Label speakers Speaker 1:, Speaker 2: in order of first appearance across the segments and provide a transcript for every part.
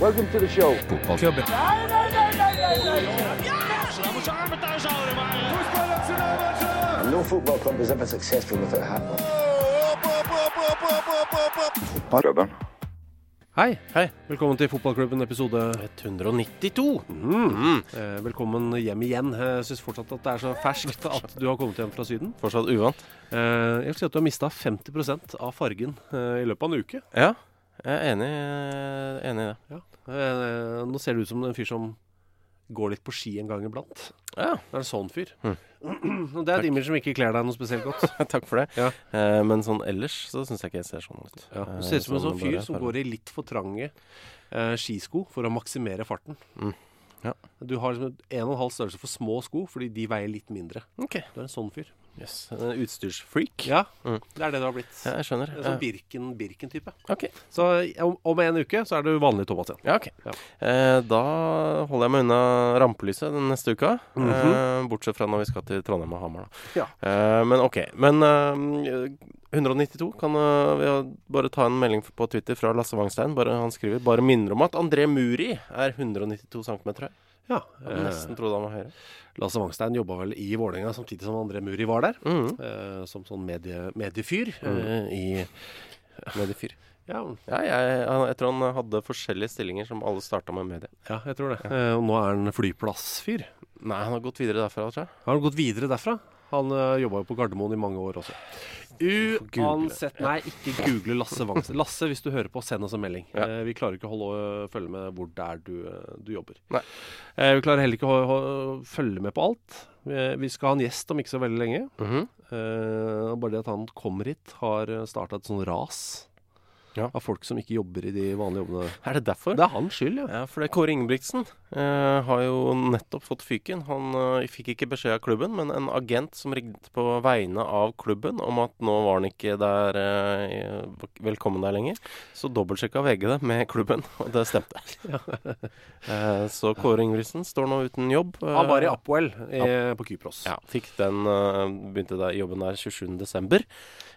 Speaker 1: Welcome to the show. And no football club is ever successful without Hartnell.
Speaker 2: Fotballklubben.
Speaker 3: Hei. Velkommen til fotballklubben episode 192.
Speaker 4: Mm.
Speaker 3: Eh, Velkommen hjem igjen. Eh, Jeg syns fortsatt at det er så ferskt at du har kommet hjem fra Syden.
Speaker 4: Fortsatt uvant.
Speaker 3: Eh, Jeg vil si at du har mista 50 av fargen eh, i løpet av en uke.
Speaker 4: Ja, jeg er enig, eh, enig i det.
Speaker 3: Eh, Nå ser du ut som en fyr som går litt på ski en gang iblant.
Speaker 4: Ja, Mm.
Speaker 3: Det er en sånn fyr. Og Det er et image som ikke kler deg noe spesielt godt.
Speaker 4: Takk for det.
Speaker 3: Ja.
Speaker 4: Eh, men sånn ellers så syns jeg ikke jeg ser sånn ut.
Speaker 3: Ja,
Speaker 4: Eh,
Speaker 3: du ser ut som en sånn fyr
Speaker 4: bare
Speaker 3: som
Speaker 4: farge.
Speaker 3: går i litt for trange eh, skisko for å maksimere farten.
Speaker 4: Mm. Ja.
Speaker 3: Du har liksom en og en halv størrelse for små sko fordi de veier litt mindre.
Speaker 4: Ok.
Speaker 3: Du er en sånn fyr.
Speaker 4: Yes. En utstyrsfreak.
Speaker 3: Ja,
Speaker 4: Mm.
Speaker 3: det er det du har blitt.
Speaker 4: Ja, jeg skjønner.
Speaker 3: En sånn
Speaker 4: Eh,
Speaker 3: Birken- Birken-type.
Speaker 4: ok.
Speaker 3: så eh, om, om en uke så er du vanlig Thomas igjen.
Speaker 4: Ja, ok.
Speaker 3: Ja.
Speaker 4: Eh, da holder jeg meg unna rampelyset den neste uka. eh, bortsett fra når vi skal til Trondheim og Hamar, da.
Speaker 3: Mhm. Ja.
Speaker 4: Eh, men ok. Men eh, 192 kan eh, vi har- bare ta en melding på Twitter fra Lasse Wangstein. Bare, han skriver bare minner om at André Muri er 192 cm høy.
Speaker 3: Ja, eh,
Speaker 4: Jeg hadde nesten trodde han var høyere.
Speaker 3: Lasse Wangstein jobba vel i Vålerenga samtidig som André Muri var der.
Speaker 4: Mhm.
Speaker 3: eh, som sånn medie, mediefyr.
Speaker 4: Mm.
Speaker 3: eh, i,
Speaker 4: Med de fyr.
Speaker 3: ja,
Speaker 4: Ja, jeg, han- jeg tror han hadde forskjellige stillinger som alle starta med media.
Speaker 3: ja, jeg tror det. Eh, og nå er han flyplassfyr.
Speaker 4: Nei, han har gått videre derfra, tror jeg.
Speaker 3: Har han gått videre derfra? Han uh, jobba jo på Gardermoen i mange år også.
Speaker 4: google.
Speaker 3: Uansett Nei, ikke google Lasse Wangstein. Lasse, hvis du hører på, send oss en melding.
Speaker 4: Ja.
Speaker 3: Eh, vi klarer ikke å holde, følge med hvor det er du, eh, du jobber.
Speaker 4: Nei.
Speaker 3: Eh, vi klarer heller ikke å, å følge med på alt. Vi, vi skal ha en gjest om ikke så veldig lenge. Eh, bare det at han kommer hit, har starta et sånn ras
Speaker 4: Ja.
Speaker 3: av folk som ikke jobber i de vanlige jobbene.
Speaker 4: Er det derfor?
Speaker 3: Det er hans skyld, ja.
Speaker 4: Ja, for det er Kåre Ingebrigtsen eh, har jo nettopp fått fyken. Han eh, fikk ikke beskjed av klubben, men en agent som ringte på vegne av klubben om at nå var han ikke der eh, velkommen der lenger. Så dobbeltsjekka VG det med klubben, og det stemte. eh, så Kåre Ingebrigtsen står nå uten jobb.
Speaker 3: Han var i
Speaker 4: Eh,
Speaker 3: Upwell eh, på Kypros.
Speaker 4: Ja, fikk den, eh, begynte der, jobben der 27. desember,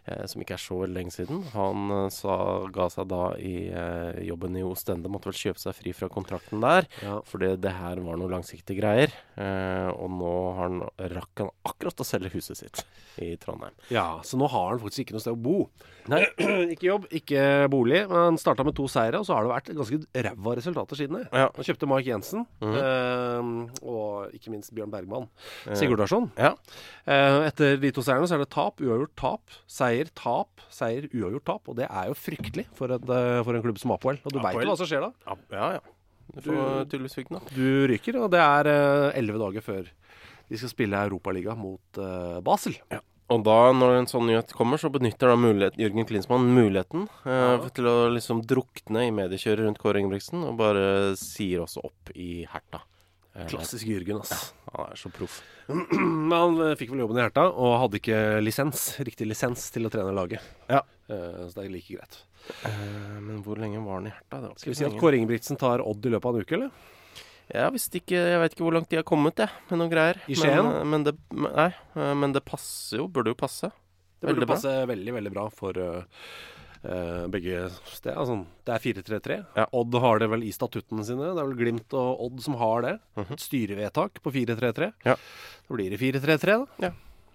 Speaker 4: eh, som ikke er så veldig lenge siden. Han eh, sa, ga seg da i eh, jobben i Ostende, måtte vel kjøpe seg fri fra kontrakten der,
Speaker 3: Ja.
Speaker 4: fordi det her var noen langsiktige greier. Eh, og nå har han, rakk han akkurat å selge huset sitt i Trondheim.
Speaker 3: Ja, så nå har han faktisk ikke noe sted å bo. ikke jobb, ikke bolig. Men han starta med to seire, og så har det vært ganske ræva resultater siden det.
Speaker 4: Ja. Mhm.
Speaker 3: Han kjøpte Mark Jensen, eh, og ikke minst Bjørn Bergman. Sigurdarsson.
Speaker 4: Ja.
Speaker 3: Eh, etter de to seirene så er det tap, uavgjort, tap. Seier, tap, seier, uavgjort, tap. Og det er jo fryktelig for, et, eh, for en klubb som Apoel. Og du veit jo
Speaker 4: Apoel.
Speaker 3: hva som skjer da.
Speaker 4: Ja, ja. Du får tydeligvis fyken, da.
Speaker 3: Du ryker, og det er eh, elleve dager før de skal spille Europaliga mot eh, Basel.
Speaker 4: Og da, når en sånn nyhet kommer, så benytter da mulighet, Jørgen Klinsmann muligheten eh, til å liksom drukne i mediekjøret rundt Kåre Ingebrigtsen, og bare sier også opp i Herta. Eh,
Speaker 3: Klassisk Jørgen, ass.
Speaker 4: Han er så proff.
Speaker 3: Men han eh, fikk vel jobben i Herta, og hadde ikke lisens, riktig lisens til å trene laget.
Speaker 4: Ja.
Speaker 3: Eh, Så det er like greit.
Speaker 4: Eh, men hvor lenge var han i Herta? Det var
Speaker 3: Skal
Speaker 4: ikke
Speaker 3: vi si
Speaker 4: så
Speaker 3: at
Speaker 4: lenge.
Speaker 3: Kåre Ingebrigtsen tar Odd i løpet av en uke, eller?
Speaker 4: Ja, hvis det ikke, Jeg veit ikke hvor langt de har kommet, jeg, med noen greier.
Speaker 3: I Skien?
Speaker 4: Men, eh, men, det, men- nei, eh, men det passer jo. Burde jo passe.
Speaker 3: Det burde
Speaker 4: Veldig bra.
Speaker 3: passe veldig, veldig bra for eh, eh, begge steder. Altså, det er 4-3-3.
Speaker 4: Ja.
Speaker 3: Odd har det vel i statuttene sine. Det er vel Glimt og Odd som har det. Et styrevedtak på 4-3-3.
Speaker 4: Mhm. Ja.
Speaker 3: Da blir det 4-3-3, da.
Speaker 4: Ja.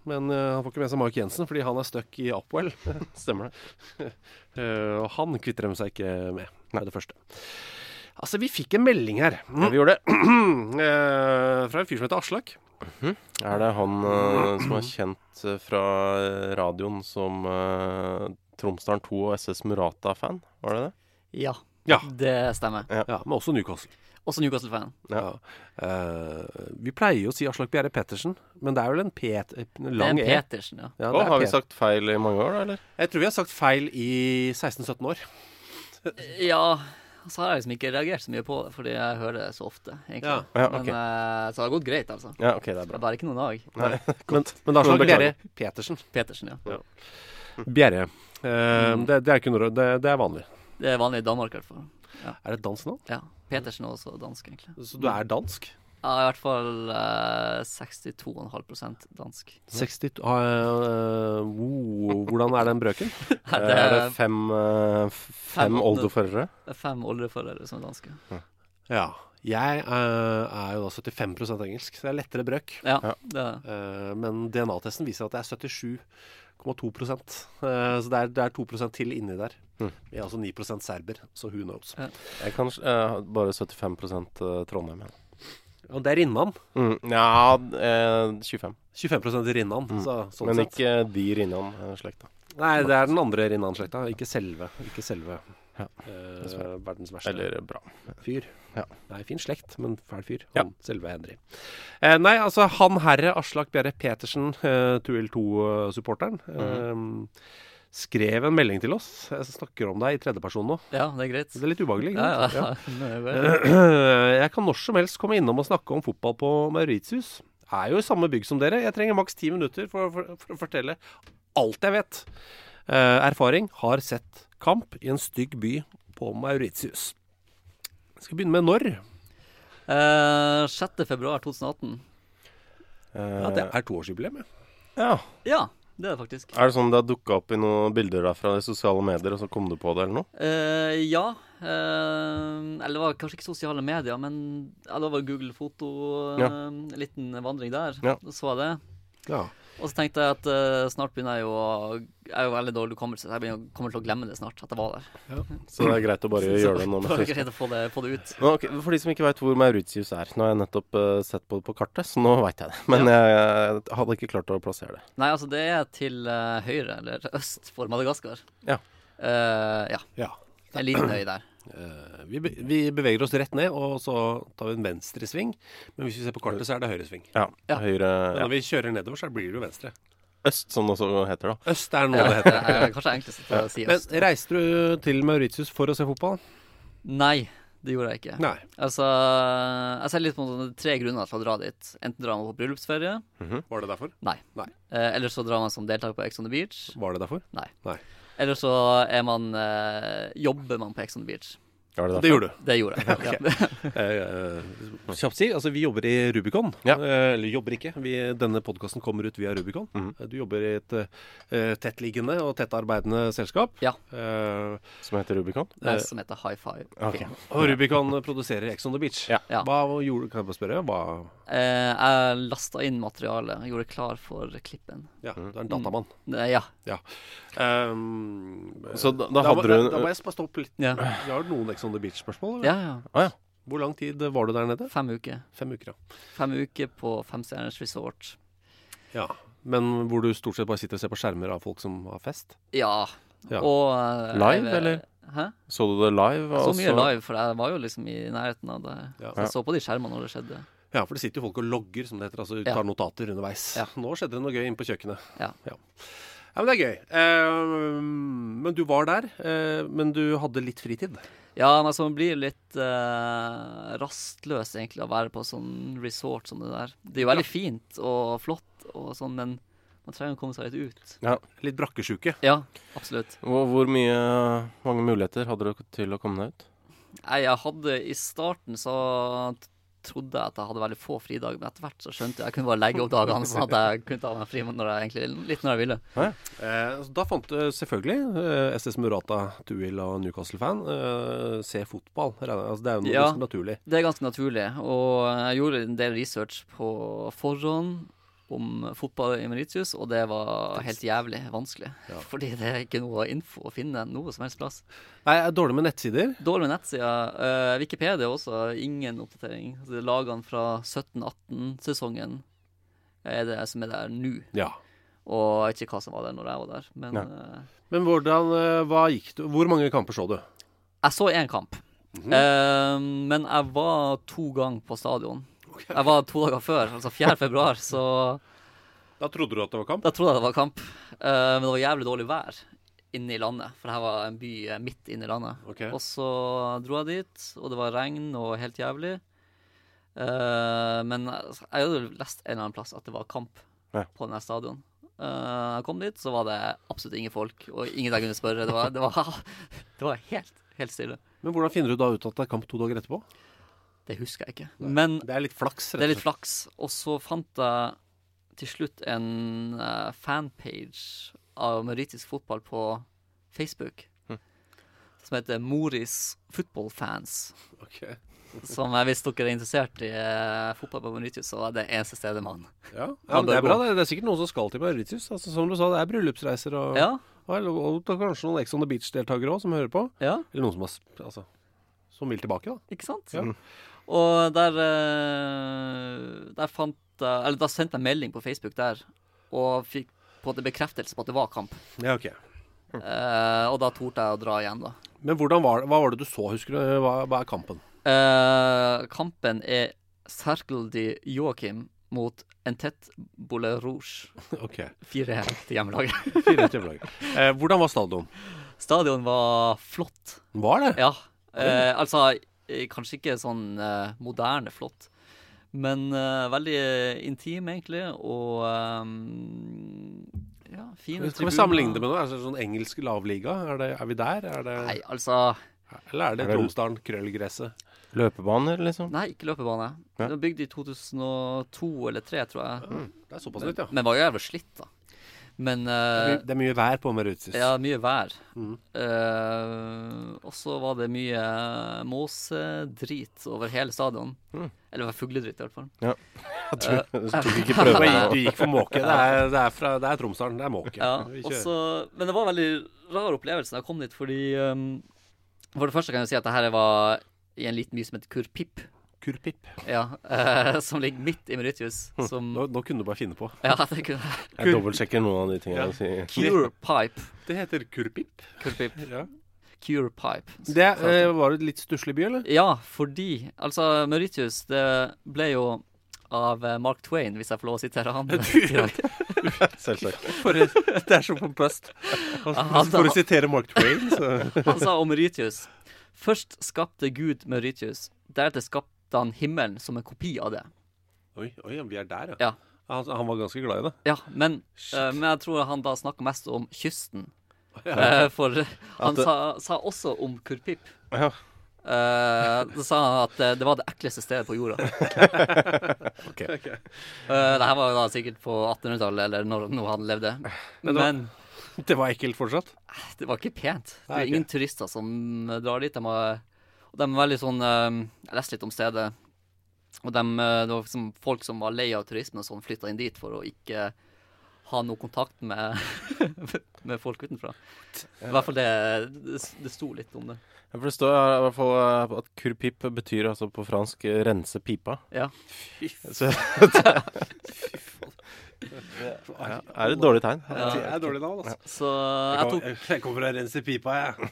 Speaker 3: men eh, han får ikke med seg Mark Jensen fordi han er stuck i Upwell.
Speaker 4: Stemmer det.
Speaker 3: Eh, og han kvitter de seg ikke med. Det er det første. Altså, vi fikk en melding her.
Speaker 4: Ja, vi gjorde det.
Speaker 3: Eh, fra en fyr som heter Aslak.
Speaker 4: Er det han eh, som er kjent eh, fra radioen som uh, Tromsdalen 2 og SS Murata-fan? Var det det?
Speaker 2: Ja,
Speaker 3: Ja.
Speaker 2: det stemmer.
Speaker 3: Ja, men også Newcastle.
Speaker 2: Også Newcastle-fan.
Speaker 3: Ja. Eh, vi pleier jo å si Aslak Bjerre Pettersen, men det er vel en pet... En
Speaker 2: Det er
Speaker 3: lang
Speaker 2: en
Speaker 3: E.
Speaker 2: Petersen, ja.
Speaker 3: Ja,
Speaker 4: Å,
Speaker 3: det er
Speaker 4: har vi
Speaker 3: pet.
Speaker 4: sagt feil i mange år, da, eller?
Speaker 3: Jeg tror vi har sagt feil i 16-17 år.
Speaker 2: Ja, så har jeg liksom ikke reagert så mye på det, fordi jeg hører det så ofte, egentlig.
Speaker 3: Ja.
Speaker 4: Ja, ok.
Speaker 2: Men eh, så det har gått greit, altså.
Speaker 4: Ja, OK, det er
Speaker 2: Det er
Speaker 4: bra.
Speaker 2: bare ikke noen dag.
Speaker 3: Men, men det er Aslak
Speaker 4: Beklager.
Speaker 3: Bjerre Petersen.
Speaker 2: Petersen, ja.
Speaker 3: Bjerre. Eh, det, det er ikke noe det, det er vanlig.
Speaker 2: Det er vanlig i Danmark, i hvert fall.
Speaker 3: Er det et dansenavn?
Speaker 2: Ja. Petersen er også dansk, egentlig.
Speaker 3: Så du er dansk?
Speaker 2: Ja, i hvert fall eh, 62,5 dansk.
Speaker 3: 60 t- ah, eh, wow, Hvordan er den brøken? Mm,
Speaker 2: Nei,
Speaker 4: Er det fem, eh, f- fem
Speaker 2: fem-
Speaker 4: oldeforeldre?
Speaker 2: Det er fem oldeforeldre som er danske.
Speaker 3: Ja. Jeg eh, er jo da 75 engelsk, så det er lettere brøk.
Speaker 2: Ja,
Speaker 4: Ja.
Speaker 2: det er det.
Speaker 3: Eh, men DNA-testen viser at det er 77,2 eh, Så det er, det er 2 til inni der.
Speaker 4: Mhm.
Speaker 3: Vi er altså 9 serber, så who knows.
Speaker 2: Ja.
Speaker 4: Jeg kan eh, bare 75 Trondheim. jeg.
Speaker 3: Og det er Rinnan.
Speaker 4: Mm, ja, eh, 25.
Speaker 3: 25 Rinnan. Så, sånn
Speaker 4: Mm. Men
Speaker 3: sett.
Speaker 4: ikke de rinnan eh, slekta.
Speaker 3: Nei, det er den andre Rinnan-slekta. Ikke selve, ikke selve
Speaker 4: Ja,
Speaker 3: eh,
Speaker 4: dessverre.
Speaker 3: verdens verste
Speaker 4: Eller eh, bra.
Speaker 3: fyr.
Speaker 4: Ja.
Speaker 3: Nei, fin slekt, men fæl fyr.
Speaker 4: Ja.
Speaker 3: Han selve Henry. Eh, nei, altså han herre Aslak Bjerre Petersen, eh, 2L2-supporteren, eh,
Speaker 4: Mhm.
Speaker 3: skrev en melding til oss. Jeg snakker om deg i tredjeperson nå.
Speaker 2: ja, det er greit.
Speaker 3: Det er litt ubehagelig. ikke
Speaker 2: Ja, ja.
Speaker 3: sant? Ja.
Speaker 2: ja. Nå er det bare-
Speaker 3: Jeg kan når som helst komme innom og snakke om fotball på Mauritius. Er jo i samme bygg som dere. Jeg trenger maks ti minutter for, for, for å fortelle alt jeg vet. Eh, erfaring har sett kamp i en stygg by på Mauritius. Jeg skal begynne med når.
Speaker 2: Eh, 6. februar 2018.
Speaker 3: Ja, det er toårsjubileum. ja.
Speaker 4: Eh, ja.
Speaker 2: Ja, det er det faktisk.
Speaker 4: Er det sånn det har dukka opp i noen bilder derfra i sosiale medier, og så kom du på det, eller noe?
Speaker 2: Eh, ja. eh, eller det var kanskje ikke sosiale medier, men ja, det var Google foto. eh,
Speaker 4: Ja.
Speaker 2: En liten vandring der.
Speaker 4: Ja.
Speaker 2: Så jeg det.
Speaker 3: Ja.
Speaker 2: Og så tenkte jeg at eh, snart begynner jeg jo å Jeg er jo veldig dårlig hukommelse, så jeg begynner, kommer til å glemme det snart. At jeg var der.
Speaker 4: Så det er greit å bare gjøre det nå med
Speaker 2: Så
Speaker 4: frisk.
Speaker 2: greit å få det, få det ut.
Speaker 4: Nå, ok, For de som ikke veit hvor Mauritius er Nå har jeg nettopp eh, sett på det på kartet, så nå veit jeg det. Men jeg, eh, hadde ikke klart å plassere det.
Speaker 2: Nei, altså, det er til eh, høyre, eller øst, for Madagaskar.
Speaker 4: Ja.
Speaker 2: Eh, ja.
Speaker 3: ja.
Speaker 2: En liten øy der.
Speaker 3: Eh, Vi, be- vi beveger oss rett ned, og så tar vi en venstresving. Men hvis vi ser på kartet, så er det høyresving.
Speaker 4: Ja,
Speaker 2: Ja.
Speaker 4: Høyre
Speaker 3: Men
Speaker 4: ja.
Speaker 3: når vi kjører nedover, så blir det jo venstre.
Speaker 4: Øst, som det også heter, da.
Speaker 3: Øst er nå
Speaker 2: Ja,
Speaker 3: det
Speaker 2: det
Speaker 3: heter.
Speaker 2: er Eh, kanskje enklest å si
Speaker 3: Men
Speaker 2: øst.
Speaker 3: reiste du til Mauritius for å se fotball?
Speaker 2: Nei, det gjorde jeg ikke.
Speaker 3: Nei.
Speaker 2: Altså, jeg ser litt på sånne tre grunner til å dra dit. Enten drar man på bryllupsferie,
Speaker 4: Mm.
Speaker 3: Var det derfor?
Speaker 2: nei.
Speaker 3: Nei.
Speaker 2: Eh, eller så drar man som deltaker på Ex on the Beach,
Speaker 3: Var det derfor?
Speaker 2: nei.
Speaker 3: Nei.
Speaker 2: Eller så er man eh, jobber man på Ex on the Beach.
Speaker 4: Var det
Speaker 3: Det
Speaker 4: derfor?
Speaker 3: gjorde du.
Speaker 2: Det gjorde jeg. Ja.
Speaker 3: Eh, kjapt si, altså vi jobber i Rubicon.
Speaker 4: Ja.
Speaker 3: Eh, eller jobber ikke. Vi, denne podkasten kommer ut via Rubicon.
Speaker 4: Mm-hmm.
Speaker 3: Eh, Du jobber i et eh, tettliggende og tettarbeidende selskap.
Speaker 2: Ja.
Speaker 3: Eh,
Speaker 4: Som heter Rubicon?
Speaker 2: Det er som heter High Five.
Speaker 4: Ok.
Speaker 3: og Rubicon produserer Ex on the Beach.
Speaker 4: Ja.
Speaker 2: Ja.
Speaker 3: Hva gjorde Kan jeg bare spørre? Hva
Speaker 2: Eh, jeg lasta inn materialet, gjorde klar for klippen.
Speaker 3: Ja,
Speaker 4: Mm.
Speaker 3: du er en datamann.
Speaker 2: Nei, ja.
Speaker 3: Ja. Eh,
Speaker 4: Mm. Så da, da
Speaker 3: da, må-
Speaker 4: hadde du
Speaker 3: da, da må jeg sp- stoppe litt.
Speaker 2: Ja.
Speaker 3: Vi har noen Ex on the Beach-spørsmål. eller?
Speaker 2: ja, ja.
Speaker 4: Å ja.
Speaker 3: Hvor lang tid var du der nede?
Speaker 2: Fem uker.
Speaker 3: Fem uker, ja.
Speaker 2: Fem uker på Femstjerners resort.
Speaker 3: ja. Men hvor du stort sett bare sitter og ser på skjermer av folk som har fest?
Speaker 2: Ja.
Speaker 3: Ja.
Speaker 2: Og eh,
Speaker 4: Live,
Speaker 2: jeg-
Speaker 4: eller?
Speaker 2: Hæ?
Speaker 4: Så du det live? altså?
Speaker 2: Så
Speaker 4: og
Speaker 2: mye live, for jeg var jo liksom i nærheten av det.
Speaker 3: Ja.
Speaker 2: Så jeg så på de skjermene når det skjedde.
Speaker 3: Ja, for det sitter jo folk og logger, som det heter. Altså tar
Speaker 2: Ja.
Speaker 3: notater underveis.
Speaker 2: Ja.
Speaker 3: Nå skjedde det noe gøy inne på kjøkkenet.
Speaker 2: Ja.
Speaker 3: Ja, ja men det er gøy. Eh, men du var der, eh, men du hadde litt fritid.
Speaker 2: Ja, men så man blir litt eh, rastløs egentlig av å være på sånn resort som det der. Det er jo veldig fint og flott og sånn, men man trenger å komme seg litt ut.
Speaker 3: Litt brakkesjuke.
Speaker 2: Ja, absolutt.
Speaker 4: Hvor, hvor mye, mange muligheter hadde du til å komme deg ut?
Speaker 2: Nei, jeg hadde I starten så t- trodde jeg at jeg hadde veldig få fridager, men etter hvert så skjønte jeg jeg kunne bare legge opp dagene sånn at jeg kunne ta meg fri når jeg egentlig, litt når jeg ville.
Speaker 3: Eh, så da fant du selvfølgelig eh, SS Murata, Tuil og Newcastle-fan. Eh, se fotball. regner jeg- Altså, det er jo noe
Speaker 2: Ja.
Speaker 3: ganske naturlig.
Speaker 2: Det er ganske naturlig, og jeg gjorde en del research på forhånd. om fotball i Mauritius, og det var helt jævlig vanskelig. Fordi det er ikke noe info å finne noe som helst plass.
Speaker 3: Nei, jeg er dårlig med nettsider.
Speaker 2: Dårlig med nettsider. Eh, Wikipedia også, ingen oppdatering. Altså, det er lagene fra 17-18-sesongen er det som er der nå.
Speaker 3: Ja.
Speaker 2: Og ikke hva som var der når jeg var der. Men
Speaker 3: Nei.
Speaker 2: eh,
Speaker 3: Men hvordan, eh, hva gikk du Hvor mange kamper så du?
Speaker 2: jeg så én kamp. Eh, men jeg var to ganger på stadion. Jeg var to dager før, altså 4. februar, så
Speaker 3: Da trodde du at det var kamp?
Speaker 2: da trodde jeg det var kamp. Eh, men det var jævlig dårlig vær inne i landet, for det her var en by eh, midt inne i landet.
Speaker 3: Ok.
Speaker 2: Og så dro jeg dit, og det var regn og helt jævlig. Eh, men jeg jeg hadde jo lest en eller annen plass at det var kamp
Speaker 4: Ja.
Speaker 2: på den her stadion. Eh, jeg kom dit, så var det absolutt ingen folk, og ingen jeg kunne spørre. Det var, det var, det var helt, helt stille.
Speaker 3: Men hvordan finner du da ut at det er kamp to dager etterpå?
Speaker 2: Det husker jeg ikke. Men
Speaker 3: Det er litt flaks,
Speaker 2: det er litt flaks. Og så fant jeg til slutt en eh, fanpage av mauritisk fotball på Facebook. Som heter Moris Football Fans.
Speaker 3: Ok.
Speaker 2: Som jeg, hvis dere er interessert i eh, fotball på Mauritius, så er det eneste stedet man
Speaker 3: Ja,
Speaker 2: Ja,
Speaker 3: men det er
Speaker 2: det
Speaker 3: bra.
Speaker 2: går.
Speaker 3: Det Det er sikkert noen som skal til Mauritius. Altså, som du sa, det er bryllupsreiser og,
Speaker 2: Ja,
Speaker 3: og, og, og kanskje noen Ex on the Beach-deltakere òg som hører på.
Speaker 2: ja,
Speaker 3: Eller noen som, har, sp- altså, som vil tilbake, da.
Speaker 2: ikke sant?
Speaker 3: Ja.
Speaker 2: Og der eh, Der fant jeg Eller da sendte jeg melding på Facebook der, og fikk på en måte bekreftelse på at det var kamp.
Speaker 3: Ja, ok.
Speaker 2: Eh, og da torde jeg å dra igjen, da.
Speaker 3: Men hvordan var, det- hva var det du så, husker du? Hva, hva er kampen?
Speaker 2: Eh, kampen er Cercle de Joachim mot Entette Boule Rouge.
Speaker 3: Ok,
Speaker 2: 4-1 til hjemmelaget.
Speaker 3: fire til hjemmelaget. eh, Hvordan var stadion?
Speaker 2: Stadion var flott.
Speaker 3: Var det?
Speaker 2: Ja. Eh, altså, eh, kanskje ikke sånn eh, moderne flott, men eh, veldig eh, intim, egentlig, og eh, ja, fine
Speaker 3: Skal vi sammenligne det med noe? Er det sånn engelsk lavliga? Er, det, er vi der? Er det,
Speaker 2: Nei, altså
Speaker 3: eller er det
Speaker 4: Er det-
Speaker 3: Tromsdalen, krøllgresset?
Speaker 4: Løpebaner, liksom?
Speaker 2: Nei, ikke løpebane.
Speaker 4: Nei.
Speaker 2: Den var bygd i 2002 eller 2003, tror jeg.
Speaker 3: Det er såpass nytt, ja.
Speaker 2: Men var jo jævlig slitt, da. Men
Speaker 3: Det
Speaker 2: eh,
Speaker 3: er mye- det er mye vær på Mauritius.
Speaker 2: Ja, mye vær.
Speaker 3: Mhm.
Speaker 2: Eh, og så var det mye måsedrit over hele stadion.
Speaker 3: Mm.
Speaker 2: Eller det var fugledrit, i hvert fall.
Speaker 4: Jeg tror, jeg tror ikke prøve
Speaker 3: Oi,
Speaker 4: det.
Speaker 3: Du gikk for måke. Det er, det er, fra- det er Tromsdalen, det er måke.
Speaker 2: Ja,
Speaker 3: Vi
Speaker 2: og
Speaker 3: kjører.
Speaker 2: så- men det var en veldig rar opplevelse da jeg kom dit, fordi ehm, For det første kan jeg si at det her var i en liten by som heter Kurpip,
Speaker 3: Kurpip.
Speaker 2: ja, eh, som ligger midt i Mauritius.
Speaker 3: Hm.
Speaker 2: Som
Speaker 3: Nå, nå kunne du bare finne på.
Speaker 2: Ja, det kunne
Speaker 4: Jeg dobbeltsjekker noen av de tingene
Speaker 3: Ja.
Speaker 4: jeg sier.
Speaker 2: Kurpipe.
Speaker 3: Det heter kurpip.
Speaker 2: Kurpip.
Speaker 3: Ja.
Speaker 2: Kurpipe.
Speaker 3: Det eh, var det litt stusslig by, eller?
Speaker 2: Ja, fordi Altså, Mauritius, det ble jo av eh, Mark Twain, hvis jeg får lov å sitere han. i dag.
Speaker 4: Selvsagt.
Speaker 3: det er så pompøst. For å sitere Mark Twain, så
Speaker 2: Han sa om Mauritius Først skapte Gud Mauritius, deretter skapte han himmelen som en kopi av det.
Speaker 3: Oi, oi, ja, vi er der,
Speaker 2: Ja.
Speaker 3: Han, han var ganske glad i det.
Speaker 2: Ja, men, eh, men jeg tror han da snakka mest om kysten.
Speaker 3: Ja.
Speaker 2: Eh, for han
Speaker 4: det-
Speaker 2: sa, sa også om Kurpip.
Speaker 4: Ja.
Speaker 2: Eh, Da sa han at eh, det var det ekleste stedet på jorda.
Speaker 4: Ok.
Speaker 2: Eh, det her var jo da sikkert på 1800-tallet, eller når, når han levde.
Speaker 3: Men det var-
Speaker 2: Men
Speaker 3: Det var ekkelt fortsatt.
Speaker 2: Det var ikke pent. Det
Speaker 3: Nei,
Speaker 2: er
Speaker 3: ok.
Speaker 2: ingen turister som eh, drar dit. De, har, og de er veldig sånn eh, Jeg leste litt om stedet. Og de, eh, det var liksom folk som var lei av turisme, og sånn flytta inn dit for å ikke ha noe kontakt med, med folk utenfra. I hvert fall det, det, det sto litt om det.
Speaker 4: Jeg forstår i hvert fall eh, at kurpip betyr altså på fransk eh, rense pipa.
Speaker 2: Ja.
Speaker 4: Så ja, er et dårlig tegn.
Speaker 2: Ja.
Speaker 3: Det er dårlig navn, altså.
Speaker 2: Så eh,
Speaker 3: Jeg,
Speaker 2: jeg, tok,
Speaker 3: kom, jeg kommer fra rense pipa, jeg.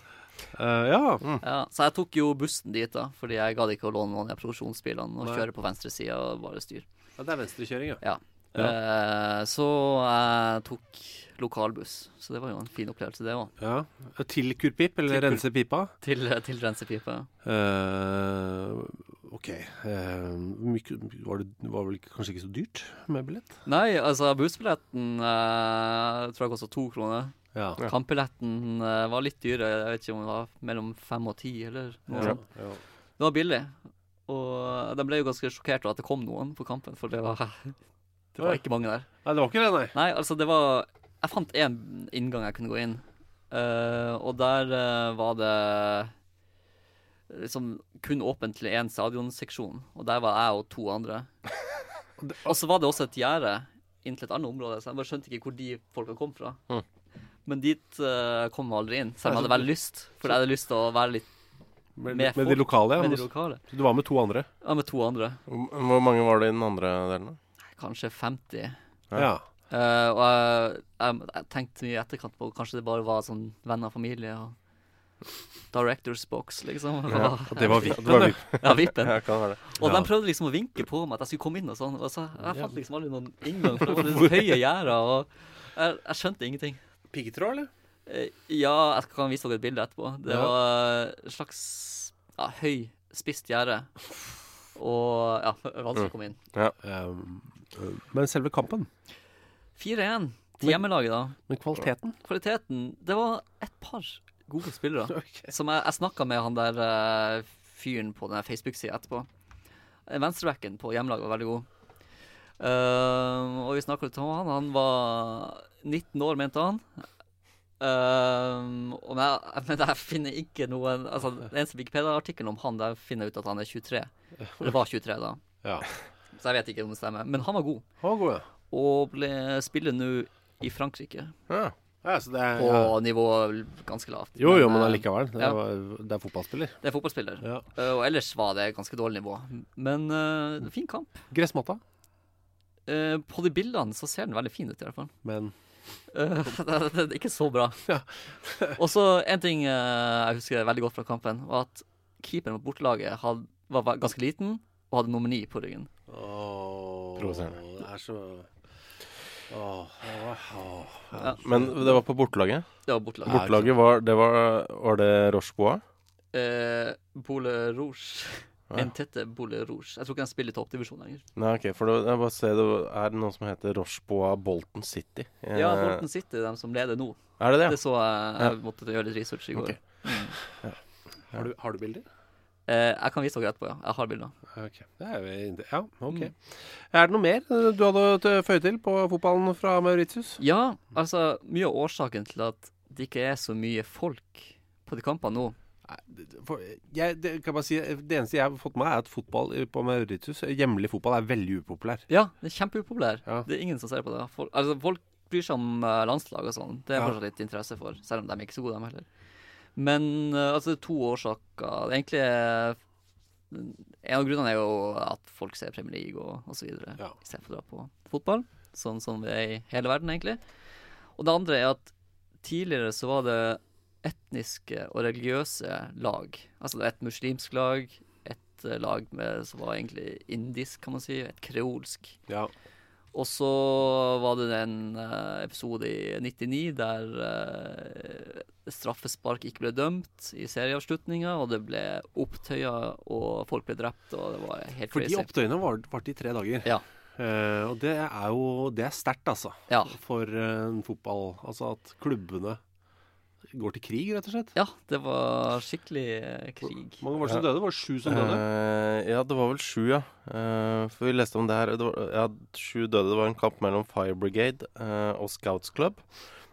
Speaker 3: Eh, ja.
Speaker 2: ja, så jeg tok jo bussen dit, da, fordi jeg gadd ikke å låne noen av produksjonsbilene og
Speaker 3: Nei.
Speaker 2: kjøre på venstresida og bare styre.
Speaker 3: ja. Det er venstrekjøring, ja.
Speaker 2: Ja. Eh, så jeg tok lokalbuss, så det var jo en fin opplevelse, det òg.
Speaker 3: ja. Til kurpip, eller
Speaker 2: Til kur-
Speaker 3: rense pipa.
Speaker 2: Til, til rensepipe.
Speaker 3: Eh, ok. Eh, myk- var det var vel ikke- kanskje ikke så dyrt med billett?
Speaker 2: Nei, altså, bussbilletten eh, tror jeg kosta to kroner.
Speaker 3: Ja.
Speaker 2: Kampbilletten eh, var litt dyrere, jeg vet ikke om det var mellom fem og ti, eller noe sånt. Det var billig, og de ble jo ganske sjokkert over at det kom noen på kampen, for det var, det var ikke mange der.
Speaker 3: Nei, det var ikke det, nei.
Speaker 2: Nei, altså det var Jeg fant én inngang jeg kunne gå inn, eh, og der eh, var det liksom kun åpent til én stadionseksjon, og der var jeg og to andre. Og så var det også et gjerde inn til et annet område. Så jeg bare skjønte ikke hvor de folka kom fra.
Speaker 3: Hm.
Speaker 4: Mm.
Speaker 2: Men dit eh, kom jeg aldri inn, selv om jeg hadde veldig lyst. For jeg hadde lyst til å være litt
Speaker 3: Med,
Speaker 2: Med
Speaker 3: med de
Speaker 2: folk,
Speaker 3: lokale, ja.
Speaker 2: med de
Speaker 3: Så
Speaker 2: lokale.
Speaker 3: Du var med to andre.
Speaker 2: Ja, med to andre.
Speaker 4: Hvor hvor mange var det i den andre delen? da?
Speaker 2: Kanskje 50.
Speaker 4: Ja.
Speaker 3: Ja.
Speaker 2: Eh, og jeg, jeg, jeg tenkte mye i etterkant på kanskje det bare var sånn venner og familie og Directors box, liksom. Ja,
Speaker 3: Det var
Speaker 4: Det var
Speaker 3: vippen, det.
Speaker 4: vipp.
Speaker 2: ja vippen.
Speaker 4: Ja, kan være det.
Speaker 2: Og
Speaker 3: Ja.
Speaker 2: de prøvde liksom å vinke på meg at jeg skulle komme inn og sånn. Og så, jeg fant liksom aldri noen inngang, for det var liksom høye gjerder, og jeg, jeg skjønte ingenting.
Speaker 3: Piggtråd, eller?
Speaker 2: Eh, Ja, jeg kan vise dere et bilde etterpå. Det
Speaker 3: Ja.
Speaker 2: var en slags ja, høy, spist gjerde. Og ja, vanskelig å komme inn.
Speaker 3: Ehm, men selve kampen.
Speaker 2: 4-1 til hjemmelaget, da.
Speaker 3: Men kvaliteten?
Speaker 2: Kvaliteten Det var et par gode spillere. Som jeg, jeg snakka med han der eh, fyren på den Facebook-sida etterpå. Eh, Venstrebacken på hjemmelaget var veldig god. Eh, og vi snakka litt om han. Han var 19 år, mente han. Eh, og men jeg, men jeg finner ikke noen Altså, Den eneste Wikipedia-artikkelen om han, der finner jeg ut at han er 23. Eller var 23 da.
Speaker 3: Ja.
Speaker 2: Så jeg vet ikke om det stemmer. Men han var god.
Speaker 3: Han var god, ja.
Speaker 2: Og ble, spiller nå i Frankrike.
Speaker 3: Ja. ja så det er,
Speaker 2: På
Speaker 3: ja.
Speaker 2: nivå ganske lavt.
Speaker 3: Jo, jo, men
Speaker 2: eh,
Speaker 3: allikevel. Det,
Speaker 2: ja.
Speaker 3: var- det er fotballspiller.
Speaker 2: Det er fotballspiller.
Speaker 3: Ja.
Speaker 2: Eh, Og ellers var det ganske dårlig nivå. Men eh, fin kamp.
Speaker 3: Gressmatta,
Speaker 2: Eh, på de bildene så ser den veldig fin ut, i hvert fall.
Speaker 3: men
Speaker 2: Eh, det, det, det er ikke så bra. Og så en ting eh, jeg husker veldig godt fra kampen, var at keeperen mot bortelaget had, var ve- ganske liten og hadde nummer ni på ryggen.
Speaker 4: Provoserende.
Speaker 3: Det er så
Speaker 4: Men det var på bortelaget?
Speaker 2: Det var bortelaget.
Speaker 4: Bortelaget var Det var, var det Rocheboa?
Speaker 2: Eh, Boule Rouge. En tette Boule Rouge. Jeg tror ikke han spiller i toppdivisjon lenger.
Speaker 4: Nei, ok, for det, jeg bare ser det er noe som heter Rocheboa Bolton City. Eh,
Speaker 2: Ja, Bolton City, de som leder nå.
Speaker 4: Er det det?
Speaker 2: Det så jeg, jeg måtte gjøre litt research i går.
Speaker 4: Ok.
Speaker 3: Har du, har du bilder?
Speaker 2: Eh, jeg kan vise dere etterpå, ja. Jeg har bilder.
Speaker 3: Ok. Det er jo inte- ja, ok. Er det noe mer eh, du hadde t- føye til på fotballen fra Mauritius?
Speaker 2: Ja, altså, mye av årsaken til at det ikke er så mye folk på de kampene nå
Speaker 3: For, jeg, det, kan jeg bare si, det eneste jeg har fått med meg, er at fotball i- på Mauritius, eh, hjemlig fotball, er veldig upopulær.
Speaker 2: Ja, det er kjempeupopulær.
Speaker 3: Ja.
Speaker 2: Det er ingen som ser på det. Folk, altså, folk bryr seg om eh, landslag og sånn. Det er
Speaker 3: Ja.
Speaker 2: fortsatt litt interesse for, selv om de er ikke så gode, de heller. Men eh, altså, det er to årsaker. Egentlig eh, En av grunnene er jo at folk ser Premier League og, og så videre,
Speaker 3: Ja.
Speaker 2: istedenfor å dra på fotball, sånn som vi er i hele verden, egentlig. Og det andre er at tidligere så var det etniske og religiøse lag. Altså det var et muslimsk lag, et eh, lag med, som var egentlig indisk, kan man si, et kreolsk.
Speaker 3: Ja.
Speaker 2: Og så var det en eh, episode i 99 der eh, straffespark ikke ble dømt i serieavslutninga, og det ble opptøyer, og folk ble drept, og det var helt
Speaker 3: For de
Speaker 2: crazy.
Speaker 3: opptøyene var- varte i tre dager.
Speaker 2: Ja.
Speaker 3: Eh, og det er jo Det er sterkt, altså.
Speaker 2: Ja.
Speaker 3: For eh, en fotball. Altså at klubbene går til krig, rett og slett.
Speaker 2: ja, det var skikkelig eh, krig.
Speaker 3: Hvor mange var det som døde? Var det sju som døde?
Speaker 4: Eh, ja, det var vel sju, ja. Eh, for vi leste om det her. Det var, ja, sju døde. Det var en kamp mellom Fire Brigade eh, og Scouts Club.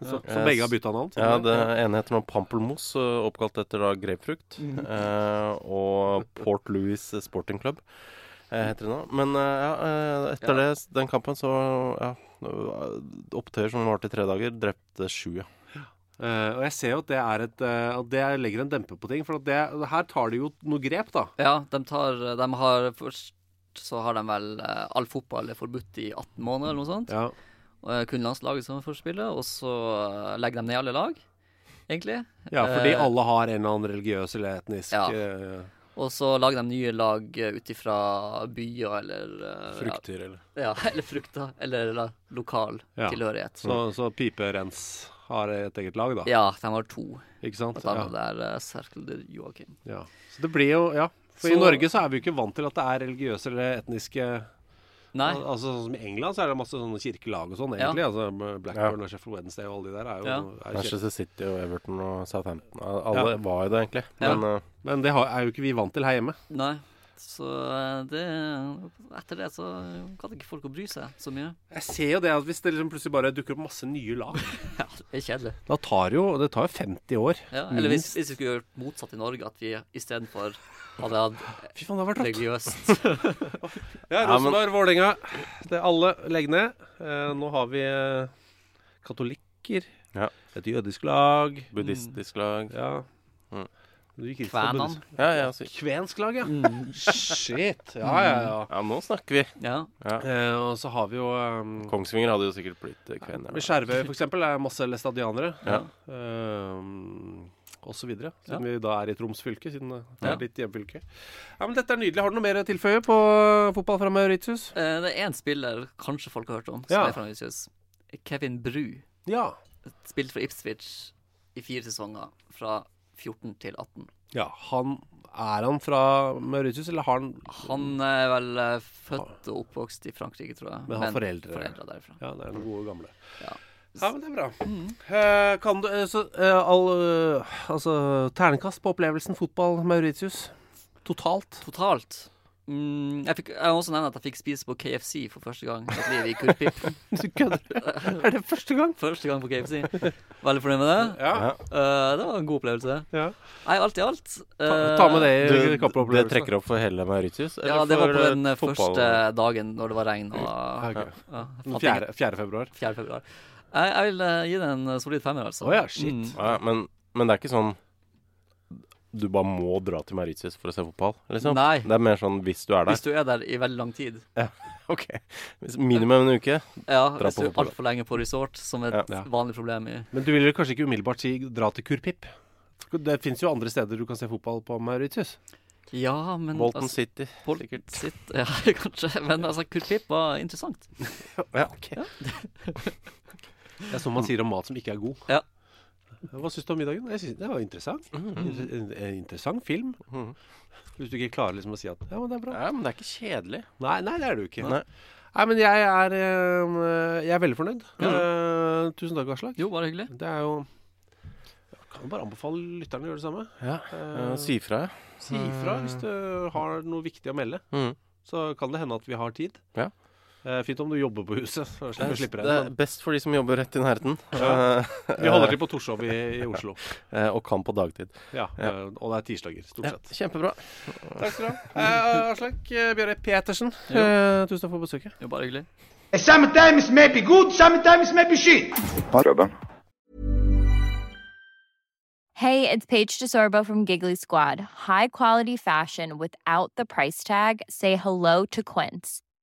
Speaker 3: Så, som begge har bytta navn? til.
Speaker 4: Ja, det ene heter nå Pampelmos, eh, oppkalt etter da grapefrukt. eh, og Port Louis Sporting Club eh, heter det nå. Men eh, ja, eh, etter
Speaker 2: Ja.
Speaker 4: det, den kampen, så ja, eh, Opptøyer som varte i tre dager, drepte sju, ja.
Speaker 3: Eh, og jeg ser jo at det, er et, eh, at det legger en demper på ting. For at det, her tar de jo noe grep, da.
Speaker 2: Ja, de tar De har først så har de vel eh, All fotball er forbudt i 18 måneder eller noe sånt.
Speaker 3: Ja.
Speaker 2: Og eh, kun landslaget som får spille, og så eh, legger de ned alle lag, egentlig.
Speaker 3: fordi
Speaker 2: Eh,
Speaker 3: alle har en eller annen religiøs eller etnisk
Speaker 2: Ja.
Speaker 3: eh,
Speaker 2: Og så lager de nye lag eh, ut ifra byer eller eh,
Speaker 3: frukter, eller
Speaker 2: Ja, ja, eller frukter. Eller la- lokal
Speaker 3: Ja.
Speaker 2: tilhørighet.
Speaker 3: så, så piperens har et eget lag, da.
Speaker 2: Ja, de har to.
Speaker 3: Ikke sant?
Speaker 2: Blant
Speaker 3: Ja.
Speaker 2: annet der eh, Cercle de Joachim.
Speaker 3: Ja. Så det blir jo Ja. For i
Speaker 2: Så-
Speaker 3: Norge så er vi jo ikke vant til at det er religiøse eller etniske
Speaker 2: Nei.
Speaker 3: al- Altså sånn som I England så er det masse sånne kirkelag og sånn,
Speaker 2: Ja.
Speaker 3: egentlig. Altså Blackburn og Sheffield Wednesday og alle de der er jo,
Speaker 2: Ja.
Speaker 3: er jo kir-
Speaker 4: Manchester City og Everton og Southampton. Alle var jo det, egentlig.
Speaker 2: Ja.
Speaker 4: Men eh,
Speaker 3: Men det har- er jo ikke vi vant til her hjemme.
Speaker 2: Nei. Så eh, det Etter det så gadd ikke folk å bry seg så mye.
Speaker 3: Jeg ser jo det at hvis det liksom plutselig bare dukker opp masse nye lag
Speaker 2: Ja, det er kjedelig.
Speaker 3: Da tar jo Det tar jo 50 år.
Speaker 2: Ja, eller hvis, hvis vi skulle gjort motsatt i Norge, at vi istedenfor hadde hatt
Speaker 3: Fy faen, det har vært rått.
Speaker 2: religiøst
Speaker 3: Ja,
Speaker 4: Ja, men-
Speaker 3: Rosenborg, Vålerenga. Det er alle legg ned. Eh, nå har vi eh, katolikker.
Speaker 4: Ja.
Speaker 3: Et jødisk lag.
Speaker 4: Buddhistisk lag.
Speaker 3: Ja.
Speaker 4: Mm.
Speaker 3: Du gikk ikke på
Speaker 2: kvenan. Mm.
Speaker 3: buddhisme.
Speaker 4: Ja, ja, så,
Speaker 3: Kvensk lag, ja. Shit. Ja, ja, ja.
Speaker 4: ja, men nå snakker vi.
Speaker 2: Ja.
Speaker 4: Ja.
Speaker 3: Eh, og så har vi jo um,
Speaker 4: Kongsvinger hadde jo sikkert blitt eh, kvener.
Speaker 3: Ved Skjervøy, for eksempel, er masse læstadianere.
Speaker 4: Ja.
Speaker 3: Ehm, og så videre.
Speaker 2: Ja.
Speaker 3: Siden vi da er i Troms fylke, siden det
Speaker 2: Ja.
Speaker 3: er ditt hjemfylke. Ja, men dette er nydelig. Har du noe mer å tilføye på eh, fotball fra Mauritius?
Speaker 2: Eh, Det er én spiller kanskje folk har hørt om, som
Speaker 3: Ja.
Speaker 2: er fra Mauritius. Kevin Bru.
Speaker 3: Ja.
Speaker 2: Spilt for Ipswich i fire sesonger, fra 14 til 18.
Speaker 3: ja. Han Er han fra Mauritius, eller har han
Speaker 2: Han er vel eh, født og oppvokst i Frankrike, tror jeg.
Speaker 3: Men har foreldre-
Speaker 2: derfra.
Speaker 3: Ja, det er den gode gamle.
Speaker 2: Ja.
Speaker 3: Ja, men det er bra. Eh, kan du eh, Så eh, all eh, Altså, ternekast på opplevelsen fotball Mauritius. Totalt.
Speaker 2: Totalt. Mm, jeg, fikk, jeg må også nevne at jeg fikk spise på KFC for første gang i mitt liv i Kurpip.
Speaker 3: Du kødder? Er det første gang?
Speaker 2: første gang på KFC. Veldig fornøyd med det.
Speaker 3: Ja.
Speaker 2: Eh, det var en god opplevelse.
Speaker 3: ja.
Speaker 2: Nei, alt i alt eh,
Speaker 3: Ta, ta med det
Speaker 4: Du,
Speaker 3: i
Speaker 4: det
Speaker 3: kampopplevelsen.
Speaker 4: trekker opp for hele Mauritius?
Speaker 2: Ja, det var på
Speaker 4: eh,
Speaker 2: den eh,
Speaker 4: fotball-
Speaker 2: første dagen når det var regn. Og,
Speaker 3: Ah, ok.
Speaker 2: ja, jeg
Speaker 3: Den
Speaker 2: fant
Speaker 3: Fjerde, fjerde februar.
Speaker 2: ikke- 4. februar. Jeg, jeg vil eh, gi det en eh, solid femmer, altså.
Speaker 3: Å ja, shit.
Speaker 2: Mm.
Speaker 4: Ja, men, men det er ikke sånn du bare må dra til Mauritius for å se fotball, liksom?
Speaker 2: Nei.
Speaker 4: Det er mer sånn hvis du er der.
Speaker 2: Hvis du er der i veldig lang tid.
Speaker 4: Ok. Hvis minimum en uke.
Speaker 2: Ja,
Speaker 4: Dra
Speaker 2: hvis
Speaker 4: på
Speaker 2: du er
Speaker 4: fotball.
Speaker 2: altfor lenge på resort, som er et
Speaker 3: Ja.
Speaker 2: vanlig problem i
Speaker 3: Men du vil vel kanskje ikke umiddelbart si 'dra til Kurpip'? Det fins jo andre steder du kan se fotball på Mauritius.
Speaker 2: Ja, men altså-
Speaker 4: Bolton City.
Speaker 2: Bol- sitt, ja, kanskje. Men altså, Kurpip var interessant.
Speaker 4: Ja, ok.
Speaker 3: Det er sånn man sier om mat som ikke er god.
Speaker 2: Ja.
Speaker 3: Hva syns du om middagen? Jeg synes Det var interessant. Inter en- en interessant film.
Speaker 4: Mm.
Speaker 3: Hvis du ikke klarer liksom å si at 'ja, men det er bra'.
Speaker 4: Ja, men det er ikke kjedelig.
Speaker 3: Nei, nei det er du ikke.
Speaker 4: Nei.
Speaker 3: Nei, men jeg er, eh, jeg er veldig fornøyd. Eh, tusen takk, Aslak.
Speaker 2: Jo, bare hyggelig.
Speaker 3: Det er jo Jeg kan jo bare anbefale lytterne å gjøre det samme.
Speaker 4: Ja.
Speaker 3: Eh,
Speaker 4: si fra, ja.
Speaker 3: Si ifra hvis du har noe viktig å melde.
Speaker 4: Mhm.
Speaker 3: Så kan det hende at vi har tid.
Speaker 4: Ja.
Speaker 3: Eh, fint om du jobber på huset. Så slipper,
Speaker 4: Det
Speaker 3: slipper
Speaker 4: er,
Speaker 3: jeg det.
Speaker 4: det er best for de som jobber rett i nærheten.
Speaker 3: Ja.
Speaker 4: Eh,
Speaker 3: Vi holder til på Torshov i, i Oslo.
Speaker 4: eh, og kan på dagtid.
Speaker 3: Ja,
Speaker 4: Ja.
Speaker 3: eh, Og det er tirsdager, stort
Speaker 4: Ja,
Speaker 3: sett.
Speaker 4: kjempebra.
Speaker 3: Takk skal du ha. Eh, Aslak eh, Bjørre Petersen,
Speaker 2: Jo.
Speaker 3: eh, tusen takk for besøket.
Speaker 2: Jo, bare hyggelig.
Speaker 1: Sometimes it may be good, sometimes it may be shit.
Speaker 5: Hey, it's Paige DeSorbo from Giggly Squad. High quality fashion without the price tag. Say hello to Quince.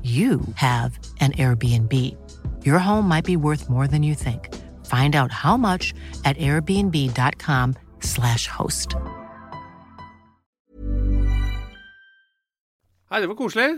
Speaker 6: you have an Airbnb. Your home might be worth more than you think. Find out how much at airbnb.com/slash host.
Speaker 3: Hei, det var koselig.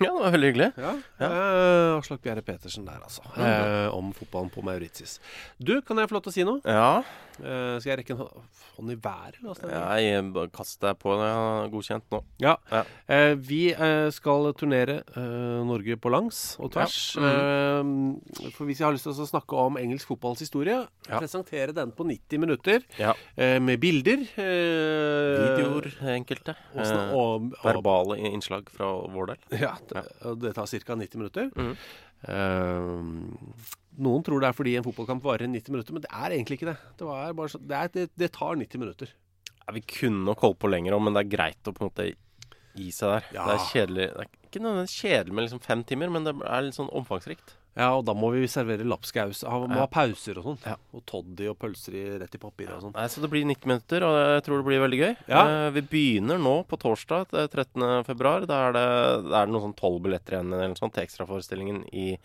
Speaker 4: Ja, det var veldig hyggelig.
Speaker 3: Ja.
Speaker 4: Ja.
Speaker 3: Eh, Aslak Bjerre Petersen der, altså. Eh, om fotballen på Mauritius. Du, kan jeg få lov til å si noe?
Speaker 4: Ja,
Speaker 3: Eh, skal jeg rekke en hå- hånd i været? Eller hva skal jeg gjøre?
Speaker 4: jeg bare kast deg på det. Jeg har godkjent nå.
Speaker 3: Ja.
Speaker 4: Ja.
Speaker 3: Eh, vi eh, skal turnere eh, Norge på langs og tvers. Eh, for hvis jeg har lyst til å snakke om engelsk fotballs historie,
Speaker 4: Mm. Ja.
Speaker 3: presentere den på 90 minutter
Speaker 4: Ja.
Speaker 3: eh, med bilder. eh,
Speaker 4: Videoer, enkelte.
Speaker 3: og sna-
Speaker 4: Eh,
Speaker 3: og, og,
Speaker 4: verbale innslag fra vår del.
Speaker 3: ja, det, og det tar ca. 90 minutter.
Speaker 4: Mm.
Speaker 3: Eh, noen tror det er fordi en fotballkamp varer 90 minutter, men det er egentlig ikke det. Det, var bare så, det, er, det, det tar 90 minutter.
Speaker 4: Ja, vi kunne nok holdt på lenger òg, men det er greit å på en måte gi seg der.
Speaker 3: Ja.
Speaker 4: Det er kjedelig det er Ikke nødvendigvis kjedelig med liksom fem timer, men det er litt sånn omfangsrikt.
Speaker 3: Ja, og da må vi servere lapskaus. Ha, må
Speaker 4: Ja.
Speaker 3: ha pauser og sånn. Og toddy og pølser i, rett i papiret og sånn.
Speaker 4: Nei, Så det blir 90 minutter, og jeg tror det blir veldig gøy.
Speaker 3: Ja.
Speaker 4: Eh, vi begynner nå på torsdag det er 13. februar. Da er det, da er det noen sånn tolv billetter igjen eller noe sånt, til ekstraforestillingen i,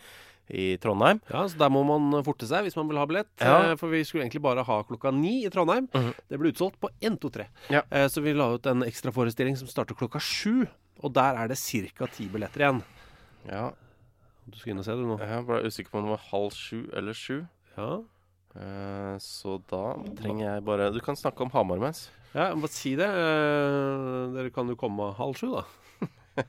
Speaker 4: i Trondheim.
Speaker 3: Ja, så Der må man forte seg hvis man vil ha billett.
Speaker 4: Ja. Mhm.
Speaker 3: Eh, For vi skulle egentlig bare ha klokka ni i Trondheim. Det ble utsolgt på 1, 2, 3.
Speaker 4: Ja.
Speaker 3: Eh, Så vi la ut en ekstraforestilling som starter klokka sju. Og der er det ca. ti billetter igjen.
Speaker 4: Ja,
Speaker 3: Du skal inn og se det nå.
Speaker 4: jeg ble usikker på om det var halv sju eller sju.
Speaker 3: Ja,
Speaker 4: Eh, så da trenger jeg bare Du kan snakke om Hamar mens.
Speaker 3: ja jeg må bare si det. Eh, Dere kan jo komme halv sju, da.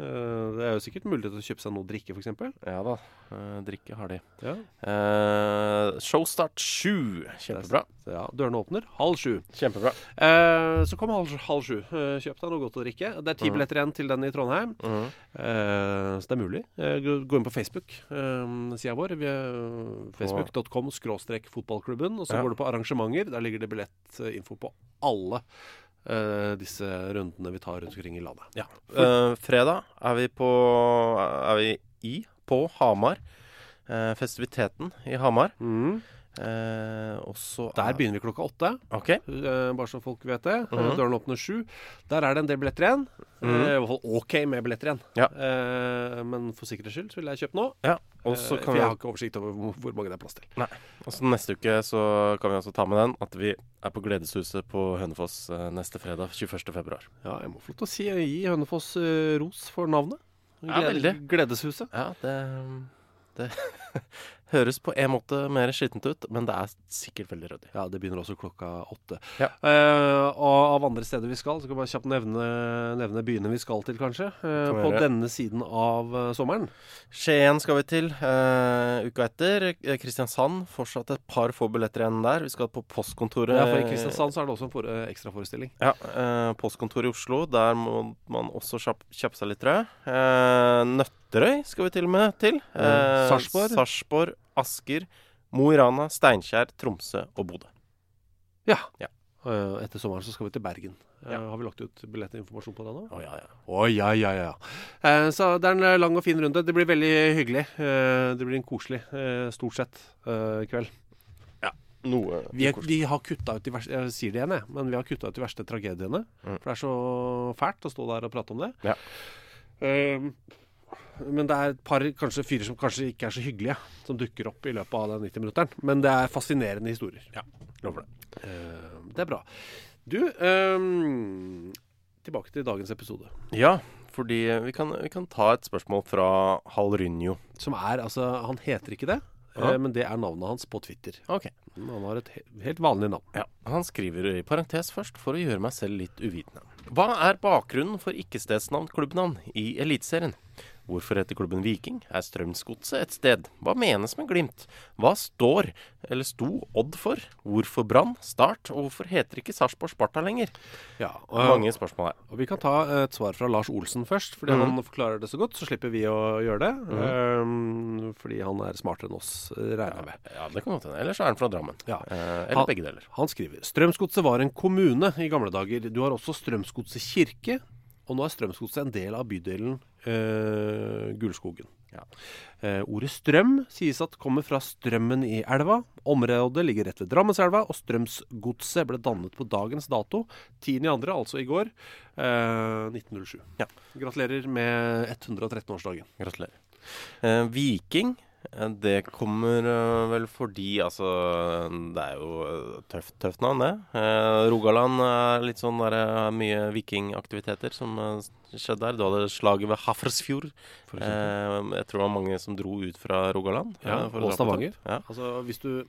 Speaker 3: Eh, Det er jo sikkert mulighet til å kjøpe seg noe å drikke, f.eks.
Speaker 4: Ja da. eh, drikke har de.
Speaker 3: Ja.
Speaker 4: Eh, showstart sju. Kjempebra.
Speaker 3: ja, dørene åpner halv sju.
Speaker 4: Kjempebra.
Speaker 3: Eh, så kom halv, halv sju. Eh, kjøp deg noe godt å drikke. Det er
Speaker 4: Mhm.
Speaker 3: ti billetter igjen til den i Trondheim. Eh, så det er mulig. Eh, gå, gå inn på Facebook-sida vår. Vi er- eh, Facebook.com skråstrek fotballklubben. Og så
Speaker 4: Ja.
Speaker 3: går du på arrangementer. Der ligger det billettinfo på alle eh, disse rundene vi tar rundt omkring i landet. Ja.
Speaker 4: Eh, fredag er vi på Er vi i på Hamar. Eh, festiviteten i Hamar.
Speaker 3: Mm.
Speaker 4: Eh, og så
Speaker 3: Der
Speaker 4: er-
Speaker 3: begynner vi klokka åtte.
Speaker 4: Ok. Mhm.
Speaker 3: Eh, bare så folk vet det. Eh, Dørene åpner sju. Der er det en del billetter igjen. Eh, I hvert fall OK med billetter igjen.
Speaker 4: Ja.
Speaker 3: Eh, men for sikkerhets skyld så vil jeg kjøpe nå.
Speaker 4: Ja. Og
Speaker 3: Eh,
Speaker 4: så
Speaker 3: for
Speaker 4: kan
Speaker 3: jeg har
Speaker 4: vi
Speaker 3: ikke oversikt over hvor, hvor mange det er plass til.
Speaker 4: Nei. Og så neste uke så kan vi også ta med den at vi er på Gledeshuset på Hønefoss eh, neste fredag 21. februar.
Speaker 3: Ja, jeg må få lov til å si, gi Hønefoss eh, ros for navnet.
Speaker 4: Ja, veldig.
Speaker 3: Gledeshuset.
Speaker 4: Ja, det Det høres på en måte mer skittent ut, men det er sikkert veldig ryddig.
Speaker 3: Ja, det begynner også klokka åtte.
Speaker 4: Ja.
Speaker 3: Eh, og av andre steder vi skal, så kan jeg bare kjapt nevne, nevne byene vi skal til, kanskje. eh,
Speaker 4: Få
Speaker 3: på
Speaker 4: høre.
Speaker 3: denne siden av eh, sommeren.
Speaker 4: Skien skal vi til eh, uka etter. Eh, Kristiansand fortsatt et par få billetter igjen der. Vi skal på postkontoret
Speaker 3: Ja, for i Kristiansand så er det også en for, eh, ekstraforestilling.
Speaker 4: eh, Ja, eh, postkontoret i Oslo. Der må man også kjapp- kjappe seg litt, tror jeg. Eh, Nøtterøy skal vi til og med til.
Speaker 3: Eh, Sarpsborg.
Speaker 4: Sarpsborg, Asker, Mo i Rana, Steinkjer, Tromsø og Bodø.
Speaker 3: Ja.
Speaker 4: Ja.
Speaker 3: Eh, etter sommeren så skal vi til Bergen. Eh,
Speaker 4: Ja.
Speaker 3: Har vi lagt ut billettinformasjon på det nå?
Speaker 4: Å, ja, ja.
Speaker 3: Å, ja, ja, ja. Eh, så det er en eh, lang og fin runde. Det blir veldig hyggelig. Eh, det blir en koselig, eh, stort sett, eh, kveld.
Speaker 4: Noe
Speaker 3: Vi, er, vi har kutta ut de verste Jeg sier det igjen, jeg, men vi har kutta ut de verste tragediene. For det er så fælt å stå der og prate om det.
Speaker 4: Mm. Ja.
Speaker 3: Ehm, men det er et par kanskje fyrer som kanskje ikke er så hyggelige, som dukker opp i løpet av den 90-minutteren. Men det er fascinerende historier. Ja, lover det. det er bra. Du, ehm, tilbake til dagens episode,
Speaker 4: Ja, fordi eh, vi kan, vi kan ta et spørsmål fra Halrynjo.
Speaker 3: som er altså Han heter ikke det,
Speaker 4: Ja.
Speaker 3: eh, men det er navnet hans på Twitter.
Speaker 4: Okay.
Speaker 3: Han har et he helt vanlig navn.
Speaker 4: Ja, Han skriver i parentes først, for å gjøre meg selv litt uvitende. Hva er bakgrunnen for ikke-stedsnavn, klubbnavn, i Eliteserien? Hvorfor heter klubben Viking? Er Strømsgodset et sted? Hva menes med Glimt? Hva står, eller sto, Odd for? Hvorfor Brann? Start? Og hvorfor heter ikke Sarpsborg Sparta lenger?
Speaker 3: Ja, og-
Speaker 4: Mange spørsmål her. Mhm.
Speaker 3: Og Vi kan ta eh, et svar fra Lars Olsen først, fordi han forklarer det så godt. Så slipper vi å gjøre det, ehm, fordi han er smartere enn oss, regner jeg med.
Speaker 4: Ja, det kan godt hende. Eller så er den fra Drammen.
Speaker 3: Ja.
Speaker 4: Eh,
Speaker 3: Han-
Speaker 4: eller begge deler.
Speaker 3: Han skriver Strømsgodset var en kommune i gamle dager. Du har også Strømsgodset kirke, og nå er Strømsgodset en del av bydelen eh, Gullskogen. Eh, ordet strøm sies at kommer fra strømmen i elva. Området ligger rett ved Drammenselva, og Strømsgodset ble dannet på dagens dato, 10.2., altså i går, eh, 1907.
Speaker 4: Ja.
Speaker 3: Gratulerer med 113-årsdagen.
Speaker 4: Gratulerer. Eh, viking, eh, det kommer eh, vel fordi Altså, det er jo eh, tøft, tøft navn, det. Eh, Rogaland er litt sånn der eh, mye vikingaktiviteter som eh, skjedde der. Du hadde slaget ved Hafrsfjord. Eh, jeg tror det var mange som dro ut fra Rogaland.
Speaker 3: sånn. Ja,
Speaker 4: eh, for
Speaker 3: og
Speaker 4: å dra på
Speaker 3: Stavanger.
Speaker 4: topp. Ja.
Speaker 3: Altså, hvis du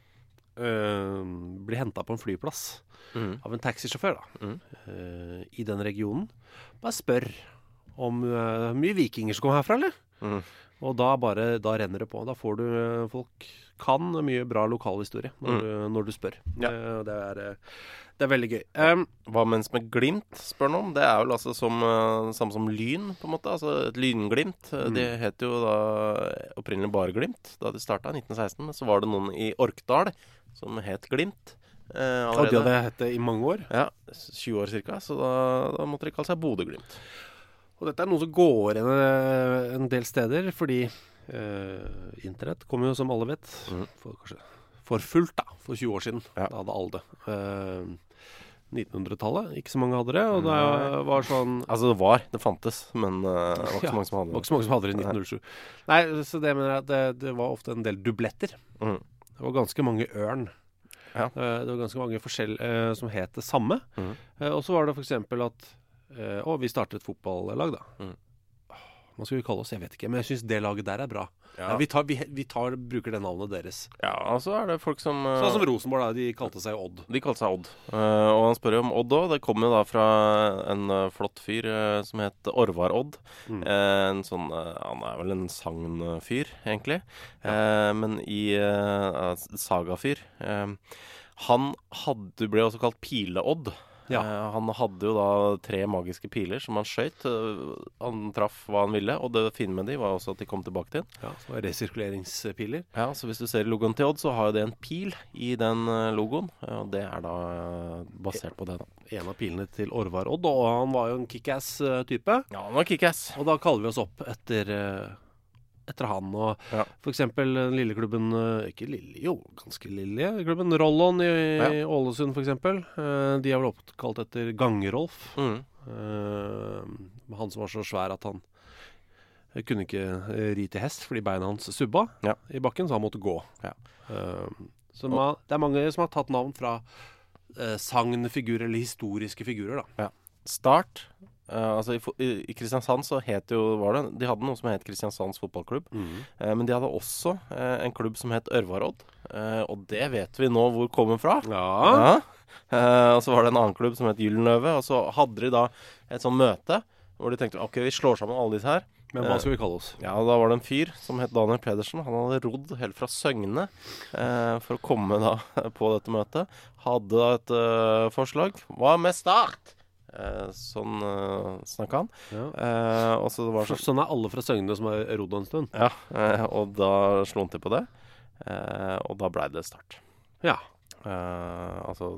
Speaker 3: eh, blir henta på en flyplass
Speaker 4: Mhm.
Speaker 3: av en taxisjåfør da,
Speaker 4: Mm.
Speaker 3: eh, i den regionen, bare spør om eh, mye vikinger som kommer herfra, eller?
Speaker 4: Mm.
Speaker 3: Og da bare, da renner det på. Da får du eh, folk kan mye bra lokalhistorie når,
Speaker 4: Mm.
Speaker 3: du- når du spør.
Speaker 4: Ja.
Speaker 3: Eh, Det, er, eh, det er veldig gøy. Um,
Speaker 4: Hva mens med glimt, spør han om. Det er vel altså som, eh, samme som lyn, på en måte. Altså et lynglimt. Eh, Det het jo da opprinnelig bare Glimt da de starta, 1916. Men så var det noen i Orkdal som het Glimt. Eh,
Speaker 3: og det
Speaker 4: allerede.
Speaker 3: hadde jeg hett det i mange år.
Speaker 4: Ja, s- 20 år cirka. Så da, da måtte de kalle seg Bodø-Glimt.
Speaker 3: Og dette er noe som går igjen eh, en del steder, fordi eh, internett kom jo, som alle vet,
Speaker 4: Mhm.
Speaker 3: for, kanskje, for fullt da, for 20 år siden.
Speaker 4: Ja.
Speaker 3: Da hadde alle det. Eh, 1900-tallet, ikke så mange hadde det, og det var sånn
Speaker 4: Altså det var, det fantes, men eh, det var ikke
Speaker 3: Ja,
Speaker 4: så mange som hadde
Speaker 3: Det var
Speaker 4: det.
Speaker 3: ikke så mange som hadde det i 1907. Nei, så det mener jeg at det, det var ofte en del dubletter.
Speaker 4: Mhm.
Speaker 3: Det var ganske mange ørn.
Speaker 4: Ja.
Speaker 3: Eh, Det var ganske mange forskjell eh, som het det samme.
Speaker 4: Mhm.
Speaker 3: Eh, og så var det f.eks. at eh, Å, vi startet et fotballag, da.
Speaker 4: Mhm.
Speaker 3: Åh, Hva skal vi kalle oss? Jeg vet ikke. Men jeg syns det laget der er bra.
Speaker 4: Ja.
Speaker 3: Ja, vi, tar, vi, vi tar, bruker det navnet deres.
Speaker 4: Ja, og så er det folk som eh,
Speaker 3: Sånn som Rosenborg, da. De kalte seg Odd.
Speaker 4: De kalte seg Odd. Eh, og han spør jo om Odd òg. Det kom jo da fra en eh, flott fyr eh, som het Orvar Odd.
Speaker 3: Mm.
Speaker 4: Eh, en sånn eh, Han er vel en sagnfyr, egentlig. Eh, men i uh, Sagafyr eh, Han hadde, ble også kalt Pile-Odd.
Speaker 3: Ja.
Speaker 4: Eh, han hadde jo da tre magiske piler som han skøyt. Eh, han traff hva han ville, og det fine med de var også at de kom tilbake til han.
Speaker 3: Ja, så var det resirkuleringspiler.
Speaker 4: Ja, så hvis du ser logoen til Odd, så har jo det en pil i den eh, logoen. eh, Og det er da eh, basert på det, da.
Speaker 3: En av pilene til Orvar Odd, og han var jo en kickass-type.
Speaker 4: Ja, han var kickass.
Speaker 3: Og da kaller vi oss opp etter, eh, etter han. Og
Speaker 4: Ja.
Speaker 3: for eksempel den lille klubben eh, Ikke lille, jo, ganske lille klubben Rollon i i Ålesund, for eksempel. Eh, De er vel oppkalt etter Gangerolf.
Speaker 4: Mm.
Speaker 3: Eh, Han som var så svær at han kunne ikke eh, ri til hest fordi beina hans subba
Speaker 4: Ja.
Speaker 3: i bakken, så han måtte gå.
Speaker 4: Ja.
Speaker 3: Eh, Så ma- det er mange som har tatt navn fra eh, sagnfigurer, eller historiske figurer, da.
Speaker 4: Start. eh, altså i, fo- i, I Kristiansand så het jo var det, De hadde noe som het Kristiansands fotballklubb. eh, men de hadde også eh, en klubb som het Ørvarodd. eh, og det vet vi nå hvor kommer fra.
Speaker 3: Ja.
Speaker 4: Eh, og så var det en annen klubb som het Gyldenløve. Og så hadde de da et sånt møte hvor de tenkte ok, vi slår sammen alle disse her.
Speaker 3: Men hva skal vi kalle oss?
Speaker 4: Ja, og da var det en fyr som het Daniel Pedersen. Han hadde rodd helt fra Søgne eh, for å komme da på dette møtet. Hadde da et eh, forslag. Hva med Start? Eh, sånn eh, snakka han.
Speaker 3: Ja.
Speaker 4: Eh, og så det var sånn
Speaker 3: Sånn er alle fra Søgne som har rodd en stund.
Speaker 4: Ja, eh, og da slo han til på det. Eh, og da blei det Start.
Speaker 3: Ja.
Speaker 4: Eh, altså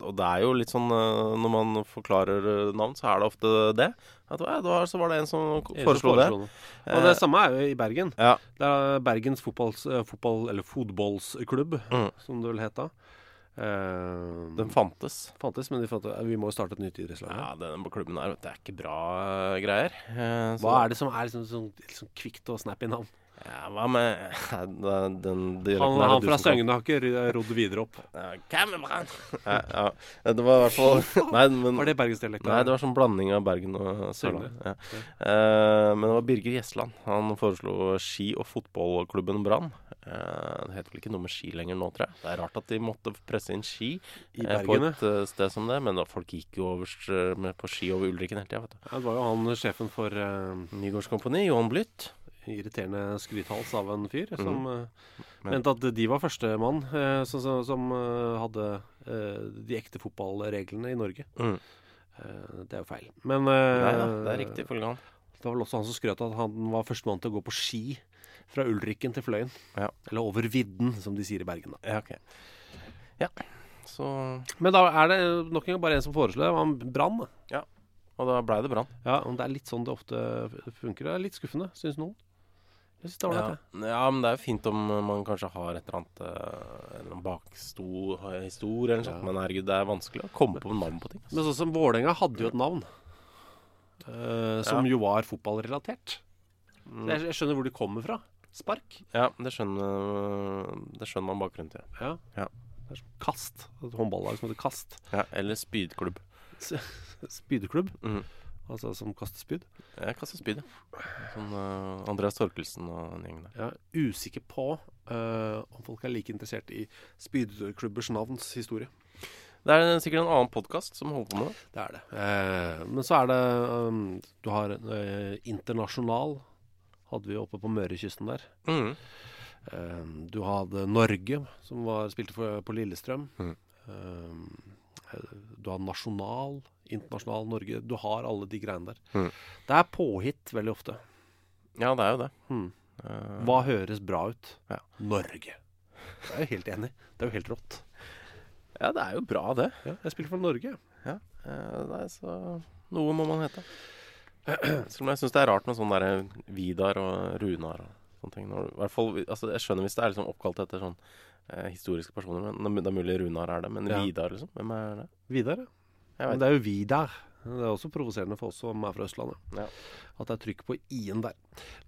Speaker 4: Og det er jo litt sånn eh, når man forklarer eh, navn, så er det ofte det. At, eh, da, så var det en som foreslo det. Eh,
Speaker 3: Og det samme er jo i Bergen.
Speaker 4: Ja.
Speaker 3: Det er Bergens fotballs, eh, fotball, eller fotballsklubb,
Speaker 4: Mm.
Speaker 3: som det vel het da. Eh,
Speaker 4: Den fantes.
Speaker 3: fantes, men de fant, ut, eh, vi må jo starte et nytt idrettslag.
Speaker 4: Ja, denne klubben her, vet du, det er ikke bra eh, greier. Eh, så-
Speaker 3: Hva er det som er liksom, sånn, litt sånn kvikt og snappy navn?
Speaker 4: Ja, hva med den, den dialekten
Speaker 3: Han,
Speaker 4: er det
Speaker 3: han
Speaker 4: du
Speaker 3: fra
Speaker 4: som kan.
Speaker 3: Søgne har ikke ry- rodd videre opp.
Speaker 4: Ja, Cameron! ja, ja. Det var i hvert fall Nei, men
Speaker 3: Var det bergensdialekt?
Speaker 4: Nei, det var sånn blanding av Bergen og Sørlandet. Ja. Eh, men det var Birger Gjesland. Han foreslo ski- og fotballklubben Brann. Eh, det heter vel ikke noe med ski lenger nå, tror jeg. Det er rart at de måtte presse inn ski
Speaker 3: I
Speaker 4: eh, på
Speaker 3: Bergen,
Speaker 4: et eh, sted som det, men da, folk gikk jo overst, eh, med, på ski over Ulriken hele tida, vet du.
Speaker 3: Ja, det var jo han sjefen for eh,
Speaker 4: Nygårdskompani, Johan Blyth.
Speaker 3: irriterende skrythals av en fyr som
Speaker 4: Mhm.
Speaker 3: eh, mente at de var førstemann uh, som, som, som eh, hadde eh, de ekte fotballreglene i Norge.
Speaker 4: Mm.
Speaker 3: Eh, det er jo feil. Men eh,
Speaker 4: Nei da, det er riktig, ifølge han.
Speaker 3: Det var vel også han som skrøt at han var førstemann til å gå på ski fra Ulriken til Fløyen.
Speaker 4: Ja.
Speaker 3: Eller over vidden, som de sier i Bergen. da.
Speaker 4: Ja, ok. Ja, så
Speaker 3: Men da er det nok en gang bare en som foreslår det. var en Brann. da.
Speaker 4: Og da blei det brann.
Speaker 3: Ja, og det er litt sånn det ofte funker. Det er litt skuffende, syns noen. Jeg synes det er ålreit,
Speaker 4: Ja. ja, men det er jo fint om man kanskje har et eller annet eh, En eller annen bakstor historie eller noe sånt. Men herregud, det er vanskelig å komme på navn på ting.
Speaker 3: Men sånn som Vålerenga hadde jo et navn eh, som jo var fotballrelatert. Så Jeg, jeg skjønner hvor de kommer fra. Spark.
Speaker 4: Mm. Ja, det skjønner, det skjønner man bakgrunnen til.
Speaker 3: Ja.
Speaker 4: Ja.
Speaker 3: Det er som Kast. Et håndballag som heter Kast.
Speaker 4: Ja, eller spydklubb.
Speaker 3: S- Spydeklubb.
Speaker 4: Mhm.
Speaker 3: Altså som kaster spyd.
Speaker 4: Jeg kaster spyd, ja. Sånn eh, Andreas Torkelsen og den gjengen der.
Speaker 3: Jeg er usikker på eh, om folk er like interessert i spydeklubbers navns historie.
Speaker 4: Det er sikkert en annen podkast som holder på med det.
Speaker 3: Det er det. Eh, men så er det ehm, Du har eh, Internasjonal. Hadde vi oppe på Mørekysten der.
Speaker 4: Mhm.
Speaker 3: Eh, du hadde Norge, som var, spilte for, på Lillestrøm.
Speaker 4: Mhm.
Speaker 3: Eh, du har Nasjonal, Internasjonal Norge. Du har alle de greiene der.
Speaker 4: Mhm.
Speaker 3: Det er påhitt veldig ofte.
Speaker 4: Ja, det er jo det.
Speaker 3: Mhm.
Speaker 4: Eh,
Speaker 3: Hva høres bra ut?
Speaker 4: Ja.
Speaker 3: Norge. Jeg er jo helt enig. Det er jo helt rått.
Speaker 4: ja, det er jo bra, det.
Speaker 3: Ja, jeg spilte for Norge.
Speaker 4: Ja, eh, det er så Noe må man hete. Selv om jeg syns det er rart med sånn derre Vidar og Runar og sånne ting. Når, du- i hvert fall, altså, jeg skjønner hvis det er liksom oppkalt etter sånn eh, historiske personer, men det er mu- det er mulig Runar er det. Men
Speaker 3: Ja.
Speaker 4: Vidar, liksom? Hvem er det?
Speaker 3: Vidar, ja.
Speaker 4: Jeg
Speaker 3: Men
Speaker 4: vet
Speaker 3: det er jo vi der. Det er også provoserende for oss som er fra Østlandet.
Speaker 4: Ja.
Speaker 3: At det er trykk på i-en der.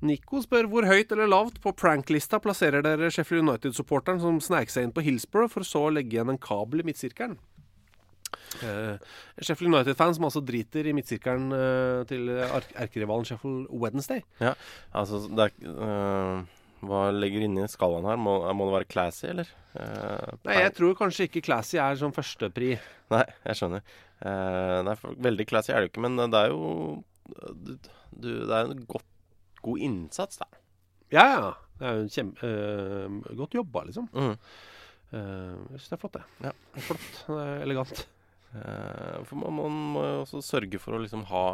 Speaker 3: Nico spør hvor høyt eller lavt på pranklista plasserer dere Sheffield United-supporteren som snek seg inn på Hillsborough for så å legge igjen en kabel i midtsirkelen? Eh, Sheffield United-fan som altså driter i midtsirkelen eh, til ar- erkerivalen Sheffield Wednesday.
Speaker 4: Ja, altså det er, øh, Hva ligger inni skalaen her? Må, må det være classy, eller? Eh,
Speaker 3: Nei, jeg tror kanskje ikke Classy er sånn som førstepri.
Speaker 4: nei, jeg skjønner. Eh, nei, for, veldig classy er det jo ikke, men det er jo Eh, du, du, Det er en godt, god innsats, da.
Speaker 3: Ja, ja. Det er jo en kjempe... eh, godt jobba, liksom.
Speaker 4: Mhm.
Speaker 3: Eh, jeg syns det er flott, det.
Speaker 4: Ja.
Speaker 3: Det er Flott. Det er elegant.
Speaker 4: Eh, for man, man må jo også sørge for å liksom ha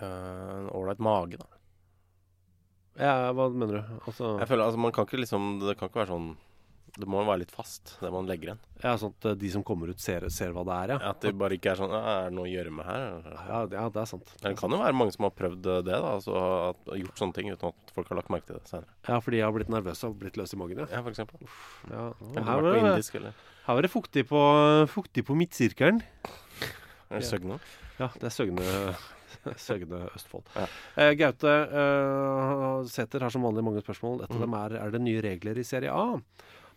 Speaker 4: eh, en ålreit mage, da.
Speaker 3: Ja, hva mener du? Altså,
Speaker 4: Jeg føler, altså, man kan ikke liksom Det kan ikke være sånn Det må være litt fast, det man legger igjen.
Speaker 3: ja, sånn at eh, de som kommer ut ser, ser hva det er, ja.
Speaker 4: At det bare ikke er sånn «Ja, Er det noe å gjørme her?
Speaker 3: Ja, ja, det er sant.
Speaker 4: Men Det kan jo være mange som har prøvd eh, det, da. Altså at, gjort sånne ting uten at folk har lagt merke til det senere.
Speaker 3: Ja, fordi jeg har blitt nervøs og blitt løs i magen, ja.
Speaker 4: Ja, for eksempel.
Speaker 3: ja. Her,
Speaker 4: Eller vært på
Speaker 3: var det,
Speaker 4: indisk, eller
Speaker 3: her var det fuktig på, fuktig på midtsirkelen.
Speaker 4: eller søgne.
Speaker 3: Ja, det er Søgne, Søgne Østfold.
Speaker 4: Ja.
Speaker 3: Eh, Gaute eh, Sæther har som vanlig mange spørsmål. Et av
Speaker 4: Mm.
Speaker 3: dem er er det nye regler i Serie A.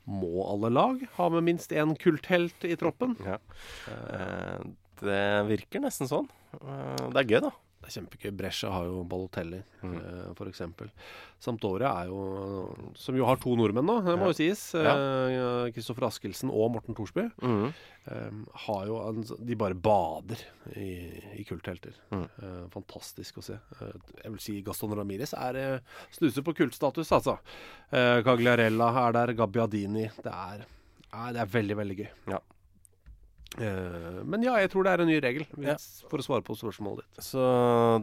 Speaker 3: Må alle lag ha med minst én kulthelt i troppen?
Speaker 4: Ja. Eh, det virker nesten sånn. Eh, det er gøy, da. Mm.
Speaker 3: Det er kjempegøy. Brescia har jo Balotelli, eh, for eksempel. Sampdoria er jo Som jo har to nordmenn nå, det må jo sies. eh, Kristoffer Askildsen og Morten Thorsby.
Speaker 4: Mm.
Speaker 3: eh, har jo en, de bare bader i, i kulthelter.
Speaker 4: Mm.
Speaker 3: Eh, fantastisk å se. Eh, jeg vil si Gaston Ramirez er eh, snuser på kultstatus, altså. Eh, Cagliarella er der, Gabbiadini Det er, nei, det er veldig, veldig gøy.
Speaker 4: Ja.
Speaker 3: Eh, men ja, jeg tror det er en ny regel, hvis, for å svare på spørsmålet ditt.
Speaker 4: Så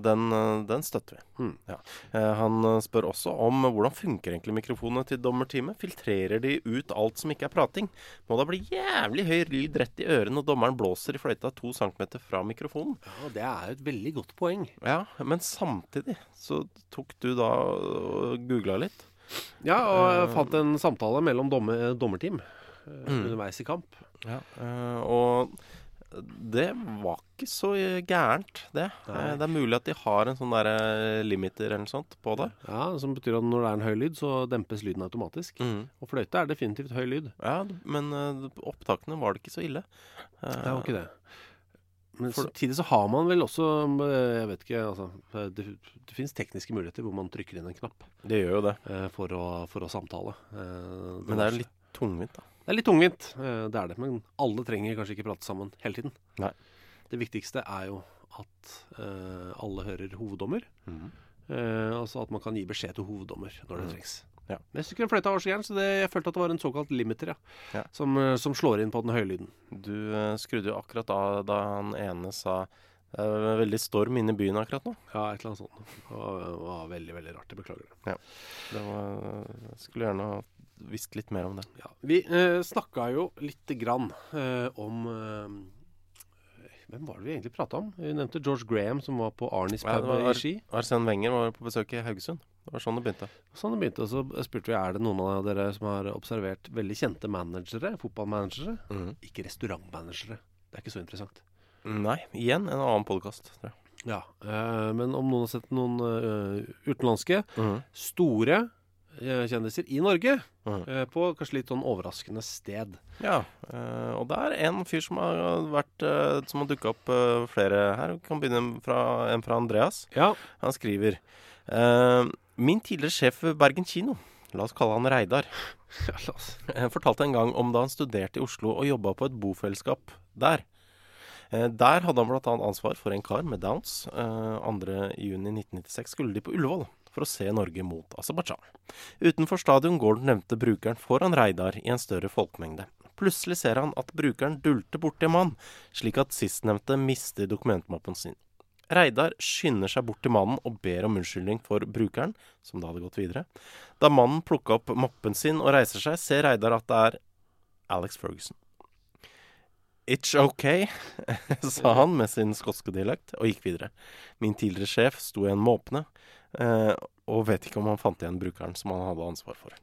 Speaker 4: den, eh, den støtter vi.
Speaker 3: Mm.
Speaker 4: Ja. Eh, han eh, spør også om eh, hvordan funker egentlig mikrofonene til dommerteamet? Filtrerer de ut alt som ikke er prating? Må da bli jævlig høy lyd rett i ørene når dommeren blåser i fløyta to centimeter fra mikrofonen?
Speaker 3: Ja, det er et veldig godt poeng.
Speaker 4: Ja, men samtidig så tok du da og googla litt.
Speaker 3: Ja, og
Speaker 4: Eh,
Speaker 3: jeg fant en samtale mellom domme, dommerteam eh,
Speaker 4: Mm.
Speaker 3: underveis i kamp.
Speaker 4: Eh, og det var ikke så gærent, det. Eh, det er mulig at de har en sånn der eh, limiter eller noe sånt på det.
Speaker 3: Ja, Som betyr at når det er en høy lyd, så dempes lyden automatisk.
Speaker 4: Mm.
Speaker 3: Og fløyte er definitivt høy lyd.
Speaker 4: Ja, d- men eh, opptakene var det ikke så ille. Eh,
Speaker 3: Det er jo ikke det. Men samtidig så har man vel også eh, Jeg vet ikke, altså. eh, Det, det fins tekniske muligheter hvor man trykker inn en knapp
Speaker 4: det gjør jo det.
Speaker 3: eh, for, å, for å samtale. Eh,
Speaker 4: Men det er jo litt tungvint, da.
Speaker 3: Det er litt tungvint, eh, det er det. Men alle trenger kanskje ikke prate sammen hele tiden.
Speaker 4: Nei.
Speaker 3: Det viktigste er jo at eh, alle hører hoveddommer. Eh, altså at man kan gi beskjed til hoveddommer når det trengs.
Speaker 4: Mm. Ja.
Speaker 3: Men jeg syns ikke den fløyta var så gæren, så det, jeg følte at det var en såkalt limiter, ja.
Speaker 4: Ja.
Speaker 3: Som, eh, som slår inn på den høye lyden.
Speaker 4: Du eh, skrudde jo akkurat av da han ene sa det er veldig storm inne i byen akkurat nå.
Speaker 3: Ja, et eller annet sånt. Det var, det var veldig, veldig rart. Jeg beklager det.
Speaker 4: Det var, jeg skulle gjerne ha visst litt mer om det.
Speaker 3: Ja, vi eh, snakka jo lite grann eh, om eh, Hvem var det vi egentlig prata om? Vi nevnte George Graham, som var på Arnis
Speaker 4: Ja,
Speaker 3: pub
Speaker 4: det var
Speaker 3: i Ski.
Speaker 4: Ar Arsen Wenger var på besøk i Haugesund. Det var sånn det begynte.
Speaker 3: Sånn det begynte, og så spurte vi er det noen av dere som har observert veldig kjente managere, fotballmanagere,
Speaker 4: Mhm.
Speaker 3: ikke restaurantmanagere. Det er ikke så interessant.
Speaker 4: Nei, igjen en annen podkast, tror jeg.
Speaker 3: Ja, eh, Men om noen har sett noen eh, utenlandske, store eh, kjendiser i Norge,
Speaker 4: Mhm.
Speaker 3: eh, på kanskje litt sånn overraskende sted.
Speaker 4: Ja, eh, og det er en fyr som har vært eh, Som har dukka opp eh, flere her. Vi kan begynne en fra, en fra Andreas.
Speaker 3: Ja,
Speaker 4: Han skriver eh, Min tidligere sjef ved Bergen kino, la oss kalle han Reidar,
Speaker 3: la oss.
Speaker 4: eh, fortalte en gang om da han studerte i Oslo og jobba på et bofellesskap der. Eh, Der hadde han bl.a. ansvar for en kar med Downs. Eh, 2.6.1996 skulle de på Ullevål for å se Norge mot Aserbajdsjan. Utenfor stadion går den nevnte brukeren foran Reidar i en større folkemengde. Plutselig ser han at brukeren dulter borti en mann, slik at sistnevnte mister dokumentmappen sin. Reidar skynder seg bort til mannen og ber om unnskyldning for brukeren, som da hadde gått videre. Da mannen plukka opp mappen sin og reiser seg, ser Reidar at det er Alex Ferguson. It's ok, sa han med sin skotske
Speaker 1: er
Speaker 4: dialekt, og gikk videre. Min tidligere sjef sto igjen måpende, eh, og vet ikke om han fant igjen brukeren som han hadde ansvar for.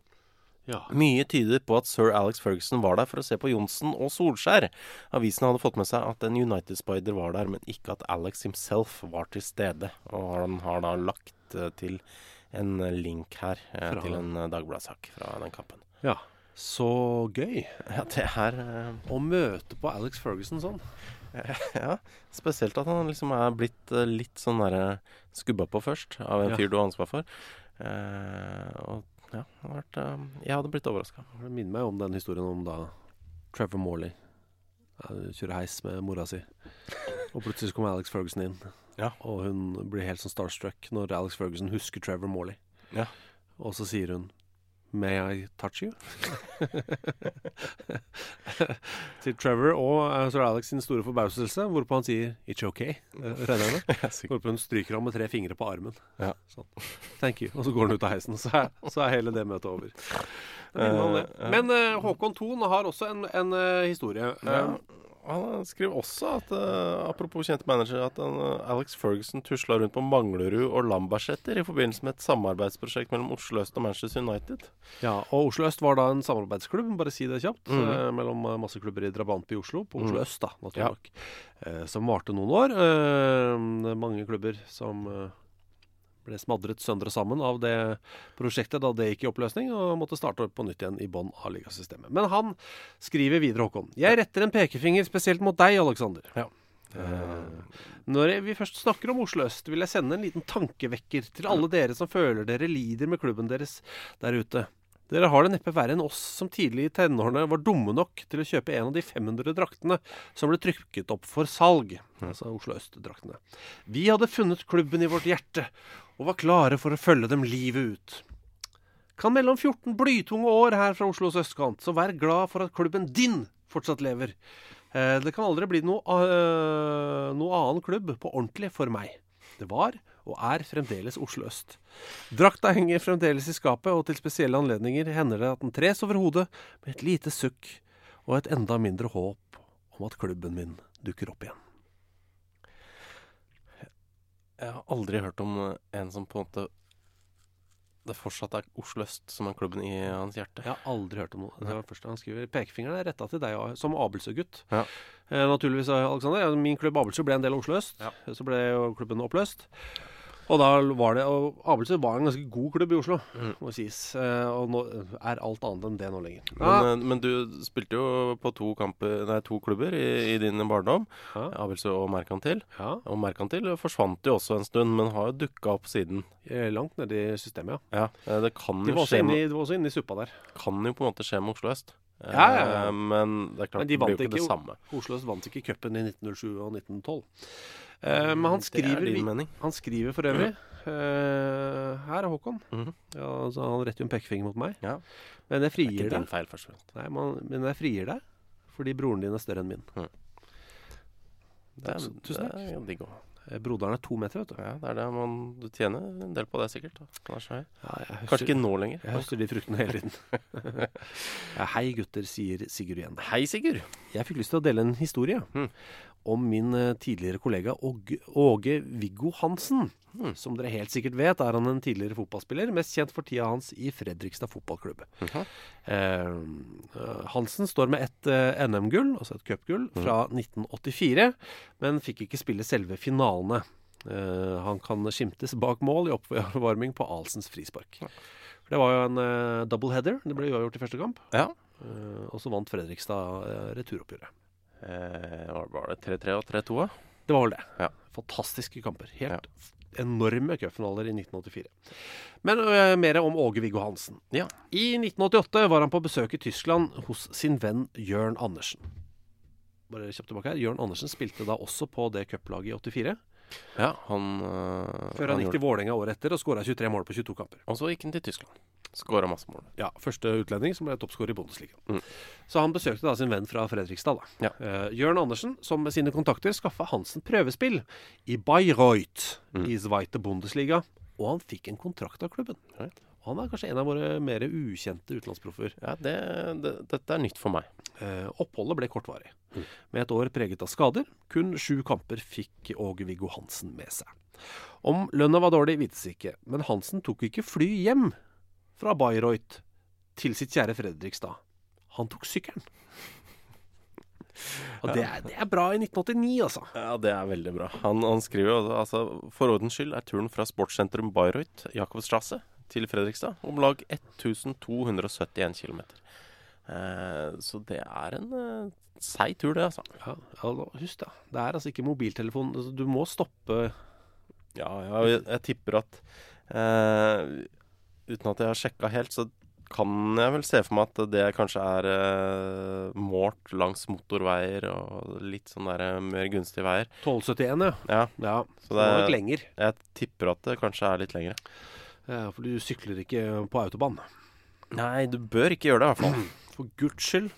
Speaker 3: Ja.
Speaker 4: Mye tyder på at sir Alex Ferguson var der for å se på Johnsen og Solskjær. Avisen hadde fått med seg at en United Spider var der, men ikke at Alex himself var til stede. Og han har da lagt eh, til en eh, link her eh,
Speaker 3: Fra-
Speaker 4: til en eh, Dagbladet-sak fra den kampen.
Speaker 3: ja. Så gøy
Speaker 4: Ja, det er eh,
Speaker 3: å møte på Alex Ferguson sånn.
Speaker 4: Ja, spesielt at han liksom er blitt eh, litt sånn derre skubba på først av en
Speaker 3: Ja.
Speaker 4: fyr du har ansvar for. Eh, og ja, det har vært eh, Jeg hadde blitt overraska.
Speaker 3: Det minner meg om den historien om da Trevor Morley ja, kjører heis med mora si. Og plutselig så kommer Alex Ferguson inn,
Speaker 4: Ja.
Speaker 3: og hun blir helt sånn starstruck når Alex Ferguson husker Trevor Morley.
Speaker 4: Ja.
Speaker 3: Og så sier hun May I touch you? Til Trevor og eh, sir Alex sin store forbauselse, hvorpå han sier It's okay. eh, Regner jeg med. Hvorpå hun stryker ham med tre fingre på armen.
Speaker 4: Ja.
Speaker 3: Sånn. Thank you. Og så går han ut av heisen, så er, så er hele det møtet over. Det minner meg om det.
Speaker 4: Eh, ja.
Speaker 3: Men eh, Håkon Thon har også en, en eh, historie. Eh,
Speaker 4: Han skriver også at eh, apropos kjente manager, at han, eh, Alex Ferguson tusla rundt på Manglerud og Lambertseter i forbindelse med et samarbeidsprosjekt mellom Oslo øst og Manchester United.
Speaker 3: ja, og Oslo øst var da en samarbeidsklubb, bare si det kjapt, eh, mellom eh, masse klubber i drabantby i Oslo, på Oslo øst, da, naturlig
Speaker 4: Mhm. Ja.
Speaker 3: nok, eh, som varte noen år. Eh, mange klubber som eh, ble smadret søndre sammen av det prosjektet da det gikk i oppløsning, og måtte starte opp på nytt igjen i bånn av ligasystemet. Men han skriver videre, Håkon. Jeg retter en pekefinger spesielt mot deg, Alexander.
Speaker 4: Ja.
Speaker 3: Når jeg- vi først snakker om Oslo øst, vil jeg sende en liten tankevekker til alle dere som føler dere lider med klubben deres der ute. Dere har det neppe verre enn oss som tidlig i tenårene var dumme nok til å kjøpe en av de 500 draktene som ble trykket opp for salg. Altså Oslo Øst-draktene. Vi hadde funnet klubben i vårt hjerte og var klare for å følge dem livet ut. Kan melde om 14 blytunge år her fra Oslos østkant, så vær glad for at klubben din fortsatt lever. Eh, Det kan aldri bli noe, eh, noe annen klubb på ordentlig for meg. Det var og er fremdeles Oslo øst. Drakta henger fremdeles i skapet, og til spesielle anledninger hender det at den tres over hodet med et lite sukk og et enda mindre håp om at klubben min dukker opp igjen.
Speaker 4: Jeg har aldri hørt om eh, en som på en måte Det fortsatt er Oslo øst som er klubben i hans hjerte.
Speaker 3: Jeg har aldri hørt om noe. Det var det første han skriver. Pekefingeren er retta til deg ja, som Abelsø-gutt.
Speaker 4: Ja.
Speaker 3: Eh, naturligvis, Alexander. Ja, Min klubb Abelsø ble en del av Oslo øst.
Speaker 4: Ja.
Speaker 3: Så ble jo klubben oppløst. Og da var det Og Abelsø var en ganske god klubb i Oslo,
Speaker 4: Mm.
Speaker 3: må sies. Eh, og nå er alt annet enn det nå lenger. Ah!
Speaker 4: Men, eh, men du spilte jo på to, kamper, nei, to klubber i, i din barndom,
Speaker 3: Ja.
Speaker 4: Abelsø og Merkantil.
Speaker 3: ja.
Speaker 4: Og Merkantil forsvant jo også en stund, men har jo dukka opp siden.
Speaker 3: Eh, Langt nede i systemet, ja.
Speaker 4: Ja, eh, Det kan
Speaker 3: De
Speaker 4: jo,
Speaker 3: var også
Speaker 4: skje,
Speaker 3: inne
Speaker 4: med-
Speaker 3: i, de var også inne i suppa der.
Speaker 4: kan jo på en måte skje med Oslo øst. Eh,
Speaker 3: Ja, ja, ja.
Speaker 4: Men det er klart,
Speaker 3: Men de
Speaker 4: det blir
Speaker 3: vant
Speaker 4: jo ikke det
Speaker 3: ikke.
Speaker 4: samme.
Speaker 3: Oslo øst vant ikke cupen i 1907 og 1912. Eh, men han skriver
Speaker 4: det
Speaker 3: vi-
Speaker 4: er din mening.
Speaker 3: Han skriver for øvrig eh, Her er Håkon.
Speaker 4: Mhm.
Speaker 3: ja, altså, han retter jo en pekefinger mot meg.
Speaker 4: Ja.
Speaker 3: Men jeg
Speaker 4: Ikke
Speaker 3: frigir
Speaker 4: din
Speaker 3: deg.
Speaker 4: feil, først og fremst.
Speaker 3: Nei, man, men jeg frigir deg fordi broren din er større enn min.
Speaker 4: Det er,
Speaker 3: Tusen- tusen
Speaker 4: det er digg også.
Speaker 3: Eh, Broderen er to meter, vet du.
Speaker 4: Ja, det er det man Du tjener en del på det, sikkert. Da. Han er svær.
Speaker 3: Ja, jeg høster,
Speaker 4: Kanskje ikke nå lenger.
Speaker 3: Jeg høster de fruktene hele tiden. ja, hei, gutter, sier Sigurd Hmm. igjen.
Speaker 4: Hei, Sigurd.
Speaker 3: Jeg fikk lyst til å dele en historie om min eh, tidligere kollega Åge, Åge Viggo Hansen. Som dere helt sikkert vet, er han en tidligere fotballspiller, mest kjent for tida hans i Fredrikstad fotballklubb. Eh, eh, Hansen står med ett eh, NM-gull, altså et cupgull, fra 1984, men fikk ikke spille selve finalene. Eh, han kan skimtes bak mål i oppvarming på Ahlsens frispark. For det var jo en uh, double header. Det ble uavgjort i første kamp.
Speaker 4: Ja.
Speaker 3: Eh, og så vant Fredrikstad eh, returoppgjøret.
Speaker 4: Eh, var- var det 3-3 og 3-2? da?
Speaker 3: Det var vel det.
Speaker 4: Ja.
Speaker 3: Fantastiske kamper. Helt
Speaker 4: Ja.
Speaker 3: f- enorme cupfinaler i 1984. Men eh, mer om Åge-Viggo Hansen.
Speaker 4: Ja.
Speaker 3: I 1988 var han på besøk i Tyskland hos sin venn Jørn Andersen. Bare kjapt tilbake her. Jørn Andersen spilte da også på det cuplaget i 84.
Speaker 4: Ja, han eh,
Speaker 3: Før han gikk
Speaker 4: gjorde-
Speaker 3: til Vålerenga året etter og skåra 23 mål på 22 kamper.
Speaker 4: Og så gikk han til Tyskland. Skåra masse mål.
Speaker 3: Ja, første utlending som ble toppskårer i Bundesliga.
Speaker 4: Mm.
Speaker 3: Så han besøkte da sin venn fra Fredrikstad. da.
Speaker 4: Ja.
Speaker 3: Eh, Jørn Andersen, som med sine kontakter skaffa Hansen prøvespill i Bayreuth
Speaker 4: Mm.
Speaker 3: i Zweite Bundesliga. Og han fikk en kontrakt av klubben.
Speaker 4: Right.
Speaker 3: Og han er kanskje en av våre mer ukjente utenlandsproffer.
Speaker 4: Ja, det, det, dette er nytt for meg. Mm.
Speaker 3: Eh, oppholdet ble kortvarig, med et år preget av skader. Kun sju kamper fikk Åge-Viggo Hansen med seg. Om lønna var dårlig, vites ikke, men Hansen tok ikke fly hjem fra Bayreuth til sitt kjære Fredrikstad. Han tok sykkelen. Og det er, det er bra i 1989, altså.
Speaker 4: Ja, det er veldig bra. Han, han skriver jo også, altså For ordens skyld er turen fra sportssentrum Bayreuth, Jakobsstrasse, til Fredrikstad om lag 1271 km. Eh, så det er en eh, seig tur, det, altså.
Speaker 3: Ja, ja, husk det. Det er altså ikke mobiltelefon. altså, Du må stoppe
Speaker 4: Ja, ja jeg, jeg tipper at eh, Uten at jeg har sjekka helt, så kan jeg vel se for meg at det kanskje er eh, målt langs motorveier og litt sånn der eh, mer gunstige veier.
Speaker 3: 1271, ja.
Speaker 4: Ja,
Speaker 3: ja. Så det
Speaker 4: det
Speaker 3: var
Speaker 4: er-
Speaker 3: nok lenger.
Speaker 4: jeg tipper at det kanskje er litt lengre.
Speaker 3: eh, For du sykler ikke på autobahn.
Speaker 4: Nei, du bør ikke gjøre det, i hvert fall.
Speaker 3: For guds skyld.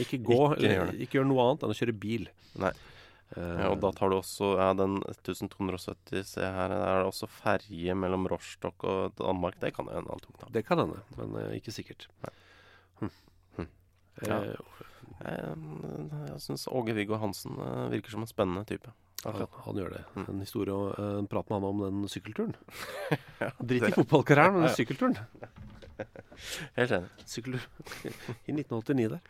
Speaker 3: Ikke gå,
Speaker 4: Ikke
Speaker 3: eller
Speaker 4: gjør det.
Speaker 3: ikke gjør noe annet enn å kjøre bil.
Speaker 4: Nei.
Speaker 3: Eh,
Speaker 4: Ja, og da tar du også ja, den 1270, se her, der er det også ferje mellom Rostock og Danmark. Det kan jo hende han tok, da.
Speaker 3: Det kan hende, men eh, ikke sikkert. Hm.
Speaker 4: Ja.
Speaker 3: Eh,
Speaker 4: Jeg, jeg syns Åge-Viggo Hansen eh, virker som en spennende type.
Speaker 3: han,
Speaker 4: Akkurat.
Speaker 3: han gjør det.
Speaker 4: Hm.
Speaker 3: En historie og eh, en prat med han om den sykkelturen. Drit i fotballkarrieren, men den sykkelturen.
Speaker 4: Helt enig.
Speaker 3: Sykkel i 1989 der.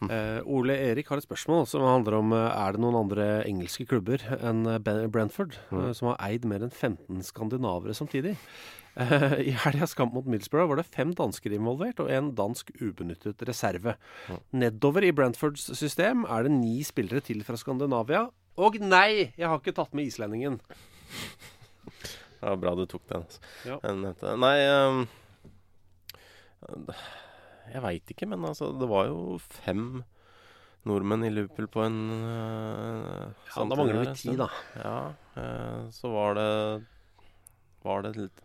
Speaker 4: Hm.
Speaker 3: Eh, Ole Erik har et spørsmål som handler om eh, er det noen andre engelske klubber enn eh, Ben- Brentford
Speaker 4: Hm.
Speaker 3: eh, som har eid mer enn 15 skandinavere samtidig. Eh, I helgas kamp mot Middlesbrough var det fem dansker involvert og en dansk ubenyttet reserve. Nedover i Brentfords system er det ni spillere til fra Skandinavia. Og nei, jeg har ikke tatt med islendingen.
Speaker 4: Det var bra du tok den. Altså.
Speaker 3: Ja.
Speaker 4: Den nevnte- Nei ehm, Jeg veit ikke, men altså, det var jo fem nordmenn i Liverpool på en eh,
Speaker 3: Ja, da
Speaker 4: samtidig
Speaker 3: mangler
Speaker 4: der,
Speaker 3: vi ti,
Speaker 4: så-
Speaker 3: da.
Speaker 4: Ja, eh, så var det Var det litt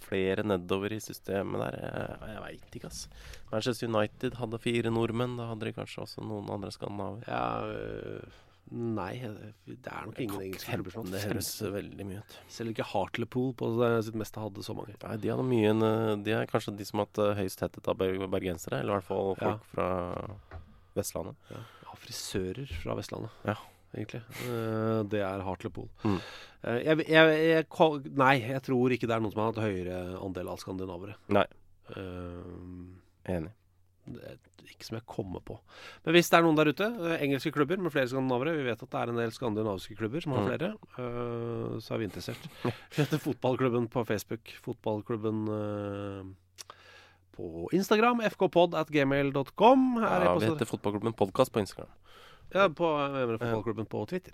Speaker 4: flere nedover i systemet der. Jeg, jeg veit ikke, ass. Manchester United hadde fire nordmenn. Da hadde de kanskje også noen andre skandinaver.
Speaker 3: Ja, øh, nei, det er nok ingen engelske klubber som har
Speaker 4: Det
Speaker 3: hatt
Speaker 4: høres
Speaker 3: 15.
Speaker 4: veldig mye ut.
Speaker 3: Selv ikke Hartlepool på det- sitt meste hadde så mange.
Speaker 4: Nei, de hadde mye en, eh, De er kanskje de som har hatt eh, høyest tetthet av ber- bergensere, eller i hvert fall
Speaker 3: Ja.
Speaker 4: folk fra Vestlandet.
Speaker 3: Ja, frisører fra Vestlandet,
Speaker 4: Ja.
Speaker 3: egentlig. Eh, Det er Hartlepool.
Speaker 4: Mm.
Speaker 3: Eh, Jeg, jeg, jeg, ko- nei, jeg tror ikke det er noen som har hatt høyere andel av skandinavere.
Speaker 4: Nei.
Speaker 3: Eh,
Speaker 4: Enig.
Speaker 3: Det er ikke som jeg kommer på. Men hvis det er noen der ute, eh, engelske klubber med flere skandinavere Vi vet at det er en del skandinaviske klubber som har
Speaker 4: Mm.
Speaker 3: flere. eh, så er vi interessert. Vi heter Fotballklubben på Facebook. Fotballklubben eh, på Instagram. fkpod at gmail.com. Her
Speaker 4: Ja,
Speaker 3: er
Speaker 4: vi
Speaker 3: jeg på,
Speaker 4: heter Fotballklubben Podcast på Instagram.
Speaker 3: ja, på jeg mener fotballklubben på Twitter.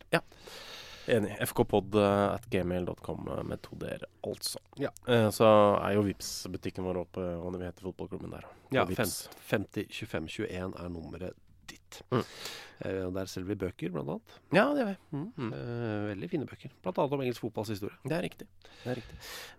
Speaker 4: Enig. fkpod eh, at gmail.com eh, med to d-er, altså.
Speaker 3: Ja.
Speaker 4: Eh, Så er jo Vips butikken vår oppe, og vi heter Fotballklubben der. Og
Speaker 3: Ja,
Speaker 4: Vipps.
Speaker 3: 50 25 21 er nummeret ditt.
Speaker 4: Mm.
Speaker 3: Eh, der selger vi bøker, blant annet.
Speaker 4: ja, det gjør vi. Mm.
Speaker 3: Eh, veldig fine bøker. Blant annet om engelsk fotballs historie.
Speaker 4: Det er riktig. Det er riktig.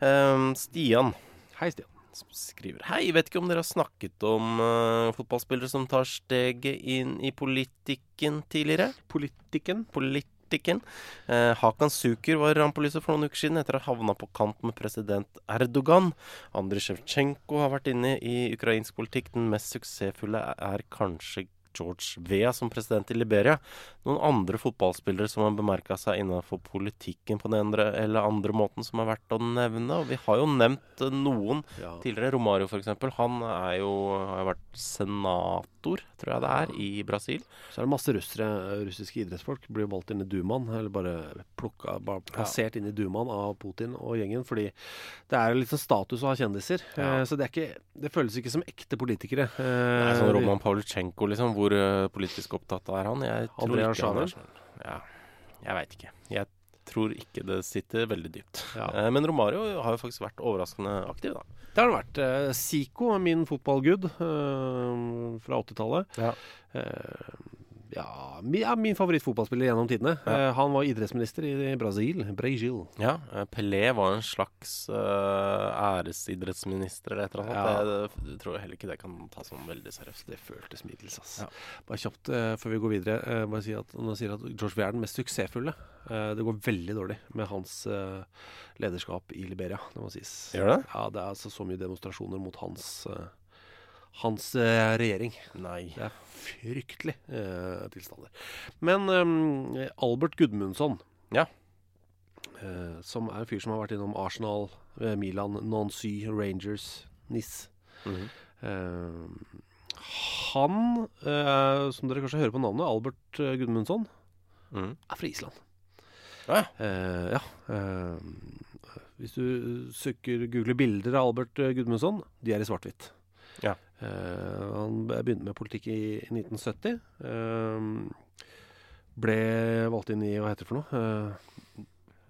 Speaker 4: Eh, Stian
Speaker 3: Hei, Stian.
Speaker 4: som skriver Hei, vet ikke om dere har snakket om eh, fotballspillere som tar steget inn i politikken tidligere?
Speaker 3: Politikken.
Speaker 4: politikken. Eh, Hakan Suker var rampelyset for noen uker siden etter å ha havna på kant med president Erdogan. Andrij Sjevtsjenko har vært inne i ukrainsk politikk. Den mest suksessfulle er kanskje George Vea som president i Liberia. Noen andre fotballspillere som har bemerka seg innenfor politikken på den ene eller andre måten som er verdt å nevne. Og vi har jo nevnt eh, noen
Speaker 3: Ja.
Speaker 4: tidligere. Romario f.eks. Han er jo, har jo vært senator, tror jeg det er, i Brasil.
Speaker 3: Så er det masse russere, eh, russiske idrettsfolk blir jo valgt inn i dumaen, eller bare, plukka, bare plassert inn i dumaen av Putin og gjengen, fordi det er litt sånn status å ha kjendiser.
Speaker 4: Ja.
Speaker 3: Eh, Så det, er ikke, det føles ikke som ekte politikere.
Speaker 4: Det er
Speaker 3: Eh,
Speaker 4: sånn Roman Pavlychenko, liksom. Hvor eh, politisk opptatt er han? Jeg tror
Speaker 3: Andrei
Speaker 4: ikke han er
Speaker 3: Arshavin?
Speaker 4: sånn. Ja, jeg veit ikke. Jeg tror ikke det sitter veldig dypt.
Speaker 3: Ja.
Speaker 4: Eh, Men Romario har jo faktisk vært overraskende aktiv, da.
Speaker 3: Det har det vært. Eh, Zico er min fotballgud eh, fra 80-tallet.
Speaker 4: Ja.
Speaker 3: Eh, ja, mi- ja, min favorittfotballspiller gjennom tidene. Eh, han var idrettsminister i Brasil. Brasil.
Speaker 4: Ja, eh, Pelé var en slags eh, æresidrettsminister eller et eller
Speaker 3: Ja.
Speaker 4: annet. Det, det tror jeg heller ikke det kan tas som veldig seriøst.
Speaker 3: sånn Det føltes middels, ass.
Speaker 4: Ja.
Speaker 3: Bare kjapt eh, før vi går videre. eh, bare si at Nå sier at George Weah er den mest suksessfulle. Eh, det går veldig dårlig med hans eh, lederskap i Liberia, det må sies.
Speaker 4: Gjør det?
Speaker 3: Ja, det er altså så mye demonstrasjoner mot hans, eh, hans eh, regjering.
Speaker 4: Nei.
Speaker 3: Det er fryktelig eh, tilstander. Men eh, Albert Gudmundsson,
Speaker 4: Ja.
Speaker 3: eh, som er en fyr som har vært innom Arsenal, eh, Milan, Nancy, Rangers, Nis
Speaker 4: Mhm.
Speaker 3: Eh, Han, eh, som dere kanskje hører på navnet, Albert eh, Gudmundsson,
Speaker 4: Mm.
Speaker 3: er fra Island.
Speaker 4: Ja.
Speaker 3: Eh, ja. eh, hvis du søker googler bilder av Albert eh, Gudmundsson, de er i svart-hvitt.
Speaker 4: Ja.
Speaker 3: Eh, han be- begynte med politikk i 1970. eh, ble valgt inn i Hva heter det for noe? Eh,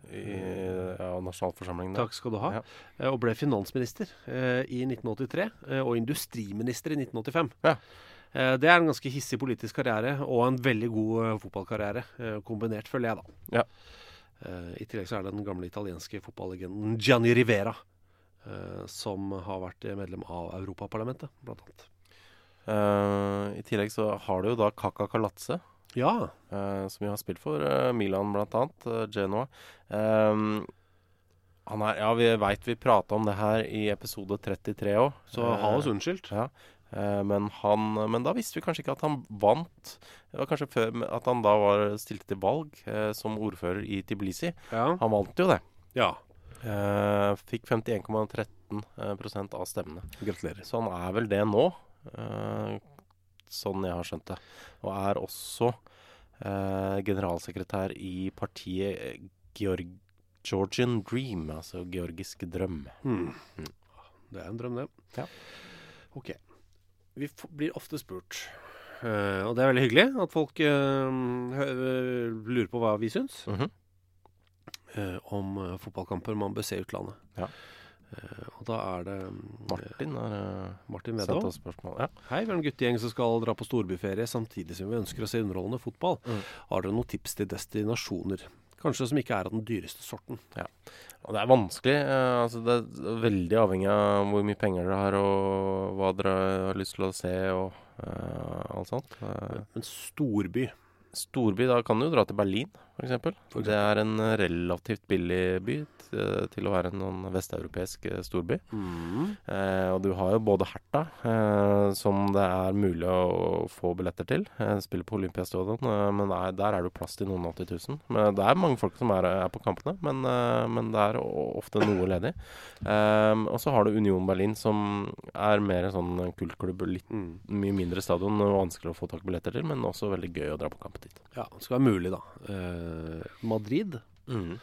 Speaker 4: I ja, nasjonalforsamlingen der.
Speaker 3: takk skal du ha.
Speaker 4: Ja.
Speaker 3: Eh, og ble finansminister eh, i 1983, eh, og industriminister i 1985.
Speaker 4: Ja.
Speaker 3: Eh, det er en ganske hissig politisk karriere, og en veldig god eh, fotballkarriere. eh, kombinert, føler jeg, da.
Speaker 4: Ja.
Speaker 3: Eh, I tillegg så er det den gamle italienske fotballegenden Gianni Rivera. eh, som har vært medlem av Europaparlamentet, blant annet.
Speaker 4: Eh, I tillegg så har du jo da Kaka Kalatse.
Speaker 3: Ja.
Speaker 4: eh, som jo har spilt for eh, Milan blant annet, eh, Genoa. Ehm, han er, ja, vi veit vi prata om det her i episode 33 òg.
Speaker 3: Så ha oss unnskyldt.
Speaker 4: Ja. Eh, men, han, men da visste vi kanskje ikke at han vant. Det var kanskje før, men at han da var stilte til valg eh, som ordfører i Tiblisi.
Speaker 3: Ja.
Speaker 4: Han vant jo det.
Speaker 3: ja.
Speaker 4: Eh, fikk 51,13 eh, prosent av stemmene.
Speaker 3: Gratulerer.
Speaker 4: Så han er vel det nå, eh, sånn jeg har skjønt det. Og er også eh, generalsekretær i partiet Georg Georgian Dream, altså georgisk drøm.
Speaker 3: Hmm. Det er en drøm, det.
Speaker 4: Ja.
Speaker 3: Ok. Vi f blir ofte spurt, eh, og det er veldig hyggelig at folk eh, hø- eh, lurer på hva vi syns
Speaker 4: Mhm.
Speaker 3: eh, om eh, fotballkamper man bør se i utlandet.
Speaker 4: Ja.
Speaker 3: Eh, og da er det mm,
Speaker 4: Martin har eh,
Speaker 3: Martin
Speaker 4: sendt
Speaker 3: Vedå.
Speaker 4: oss spørsmål. Ja.
Speaker 3: Hei, vi er en guttegjeng som skal dra på storbyferie samtidig som vi ønsker å se underholdende fotball.
Speaker 4: Mm.
Speaker 3: Har dere noen tips til destinasjoner? Kanskje som ikke er av den dyreste sorten.
Speaker 4: Og det er vanskelig. eh, altså det er veldig avhengig av hvor mye penger dere har, og hva dere har lyst til å se, og eh, alt sånt. Eh,
Speaker 3: En storby.
Speaker 4: storby, da kan du jo dra til Berlin, f.eks.
Speaker 3: For eksempel.
Speaker 4: Det er en eh, relativt billig by t- til å være en sånn vesteuropeisk eh, storby. Eh, og du har jo både Herta, eh, som det er mulig å få billetter til. Eh, spiller på Olympiastadion, eh, men der, der er det jo plass til noen 80 000. Men det er mange folk som er, er på kampene, men, eh, men det er o- ofte noe ledig. Ehm, og så har du Union Berlin, som er mer en sånn kultklubb. Litt
Speaker 3: Mm.
Speaker 4: mye mindre stadion, og vanskelig å få tak i billetter til, men også veldig gøy å dra på kamp dit.
Speaker 3: Ja, det skal være mulig, da. Eh, Madrid.
Speaker 4: Mm.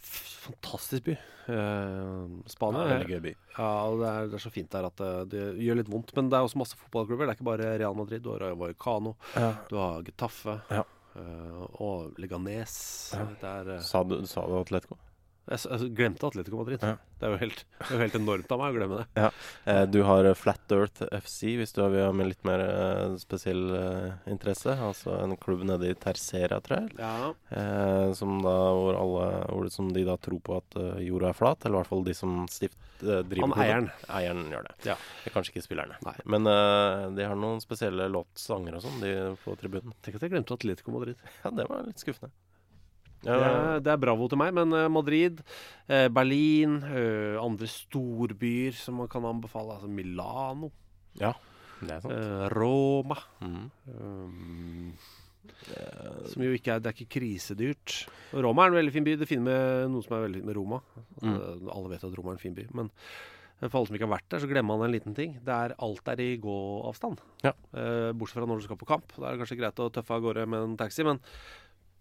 Speaker 3: f- Fantastisk by. Eh, Spania.
Speaker 4: Ja, veldig gøy by.
Speaker 3: Ja, og det er, det er så fint der at det, det gjør litt vondt. Men det er også masse fotballklubber. Det er ikke bare Real Madrid. Du har Rayo Vallecano, du har Getafe
Speaker 4: Ja.
Speaker 3: eh, og Leganes. Det er, eh,
Speaker 4: Sa du, sa du Atletico?
Speaker 3: jeg, s- jeg glemte Atletico Madrid.
Speaker 4: Ja.
Speaker 3: Det er jo helt, det er jo helt enormt av meg å glemme det.
Speaker 4: Eh, du har eh, Flat Earth FC, hvis du har vil ha med litt mer eh, spesiell eh, interesse. Altså en klubb nede i Tercera, tror jeg.
Speaker 3: Ja.
Speaker 4: Eh, som da, hvor alle, hvor det, som de da tror på at eh, jorda er flat, eller i hvert fall de som stift, eh, driver
Speaker 3: Han
Speaker 4: klubben. Eieren gjør det.
Speaker 3: Ja.
Speaker 4: Det er Kanskje ikke spillerne.
Speaker 3: Nei.
Speaker 4: Men eh, de har noen spesielle låtsanger og sånn, de på tribunen.
Speaker 3: Tenk at jeg glemte Atletico Madrid.
Speaker 4: Ja, det var litt skuffende.
Speaker 3: Det er, det er bravo til meg, men eh, Madrid, eh, Berlin, eh, andre storbyer som man kan anbefale, altså Milano.
Speaker 4: Ja. Det er sant.
Speaker 3: eh, Roma.
Speaker 4: Mm.
Speaker 3: Um, som jo ikke er Det er ikke krisedyrt. Og Roma er en veldig fin by. Det fine med noe som er veldig fint med Roma
Speaker 4: Mm.
Speaker 3: Eh, Alle vet at Roma er en fin by, men for alle som ikke har vært der, så glemmer man en liten ting. Det er alt er i gåavstand.
Speaker 4: Ja.
Speaker 3: Eh, bortsett fra når du skal på kamp. Da er det kanskje greit å tøffe av gårde med en taxi, men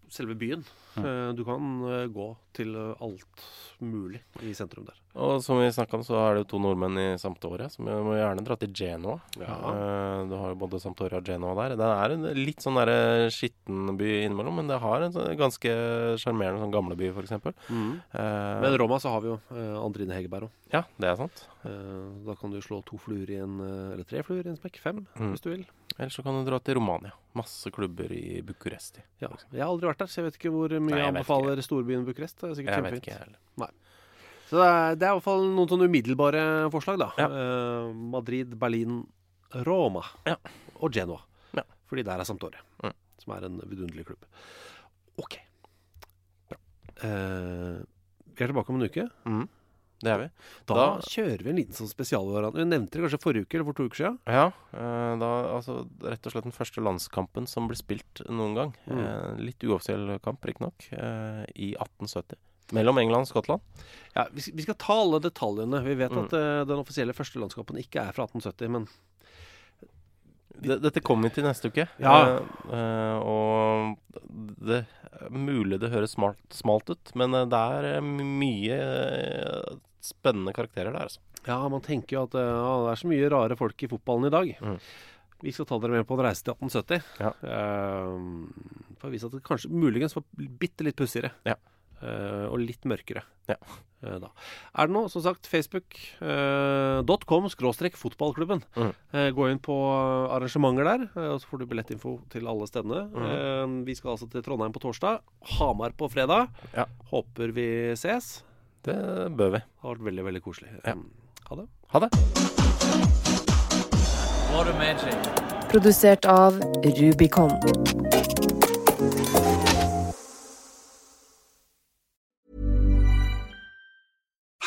Speaker 3: selve byen
Speaker 4: Mm.
Speaker 3: eh, Du kan eh, gå til eh, alt mulig i sentrum der.
Speaker 4: Og som vi snakka om, så er det jo to nordmenn i Sampdoria, som jo må gjerne dra til Genoa. Eh, du har jo både Sampdoria og Genoa der. Det er en litt sånn derre skitten by innimellom, men det har en sånn ganske sjarmerende sånn gamleby, f.eks. Uh,
Speaker 3: Mm. Men i Roma så har vi jo eh, Andrine Hegerberg òg.
Speaker 4: ja, det er sant.
Speaker 3: da kan du slå to fluer i en eh, Eller tre fluer i en smekk. Fem,
Speaker 4: Mm.
Speaker 3: hvis du vil.
Speaker 4: Ellers så kan du dra til Romania. Masse klubber i Bucuresti.
Speaker 3: Ja, Jeg har aldri vært der, så jeg vet ikke hvor mye
Speaker 4: Nei,
Speaker 3: jeg,
Speaker 4: jeg vet
Speaker 3: anbefaler storbyen Bucuresti. Det er sikkert
Speaker 4: Jeg vet
Speaker 3: kjempefint.
Speaker 4: ikke, jeg heller.
Speaker 3: Så det er, det er i hvert fall noen sånne umiddelbare forslag, da.
Speaker 4: Ja.
Speaker 3: Eh, Madrid, Berlin, Roma
Speaker 4: Ja.
Speaker 3: og Genoa.
Speaker 4: Ja.
Speaker 3: Fordi der er Sampdoria,
Speaker 4: Mm.
Speaker 3: som er en vidunderlig klubb. OK. Bra. Eh, vi er tilbake om en uke.
Speaker 4: Mm. Det er vi.
Speaker 3: Da,
Speaker 4: Da-
Speaker 3: kjører vi en liten sånn spesialvariant. Vi nevnte det kanskje forrige uke eller for to uker siden.
Speaker 4: Ja, eh, da altså rett og slett den første landskampen som ble spilt noen gang.
Speaker 3: Mm.
Speaker 4: Eh, litt uoffisiell kamp, riktignok, eh, i 1870. Mellom England og Skottland.
Speaker 3: Ja, vi, sk- vi skal ta alle detaljene. Vi vet
Speaker 4: Mm.
Speaker 3: at eh, den offisielle første landskampen ikke er fra 1870, men
Speaker 4: D dette kommer vi til neste uke.
Speaker 3: Ja.
Speaker 4: Eh, eh, og det er mulig det høres smalt, smalt ut, men eh, det er eh, mye eh, spennende karakterer der, altså.
Speaker 3: Ja, man tenker jo at eh, ja, det er så mye rare folk i fotballen i dag.
Speaker 4: Mm.
Speaker 3: Vi skal ta dere med på en reise til 1870.
Speaker 4: Ja.
Speaker 3: Eh, for å vise at det kanskje muligens var bitte litt pussigere.
Speaker 4: Ja.
Speaker 3: Eh, og litt mørkere.
Speaker 4: Ja.
Speaker 3: Eh, da. Er det noe, som sagt, facebook.com skråstrek fotballklubben.
Speaker 4: Mhm.
Speaker 3: Eh, gå inn på arrangementer der, eh, og så får du billettinfo til alle stedene. Eh,
Speaker 4: Mm.
Speaker 3: vi skal altså til Trondheim på torsdag, Hamar på fredag.
Speaker 4: Ja.
Speaker 3: Håper vi ses.
Speaker 4: Det bør vi.
Speaker 3: Det har vært veldig, veldig koselig.
Speaker 4: Ja.
Speaker 3: Ha det.
Speaker 4: Ha det.
Speaker 7: Produsert av Rubicon.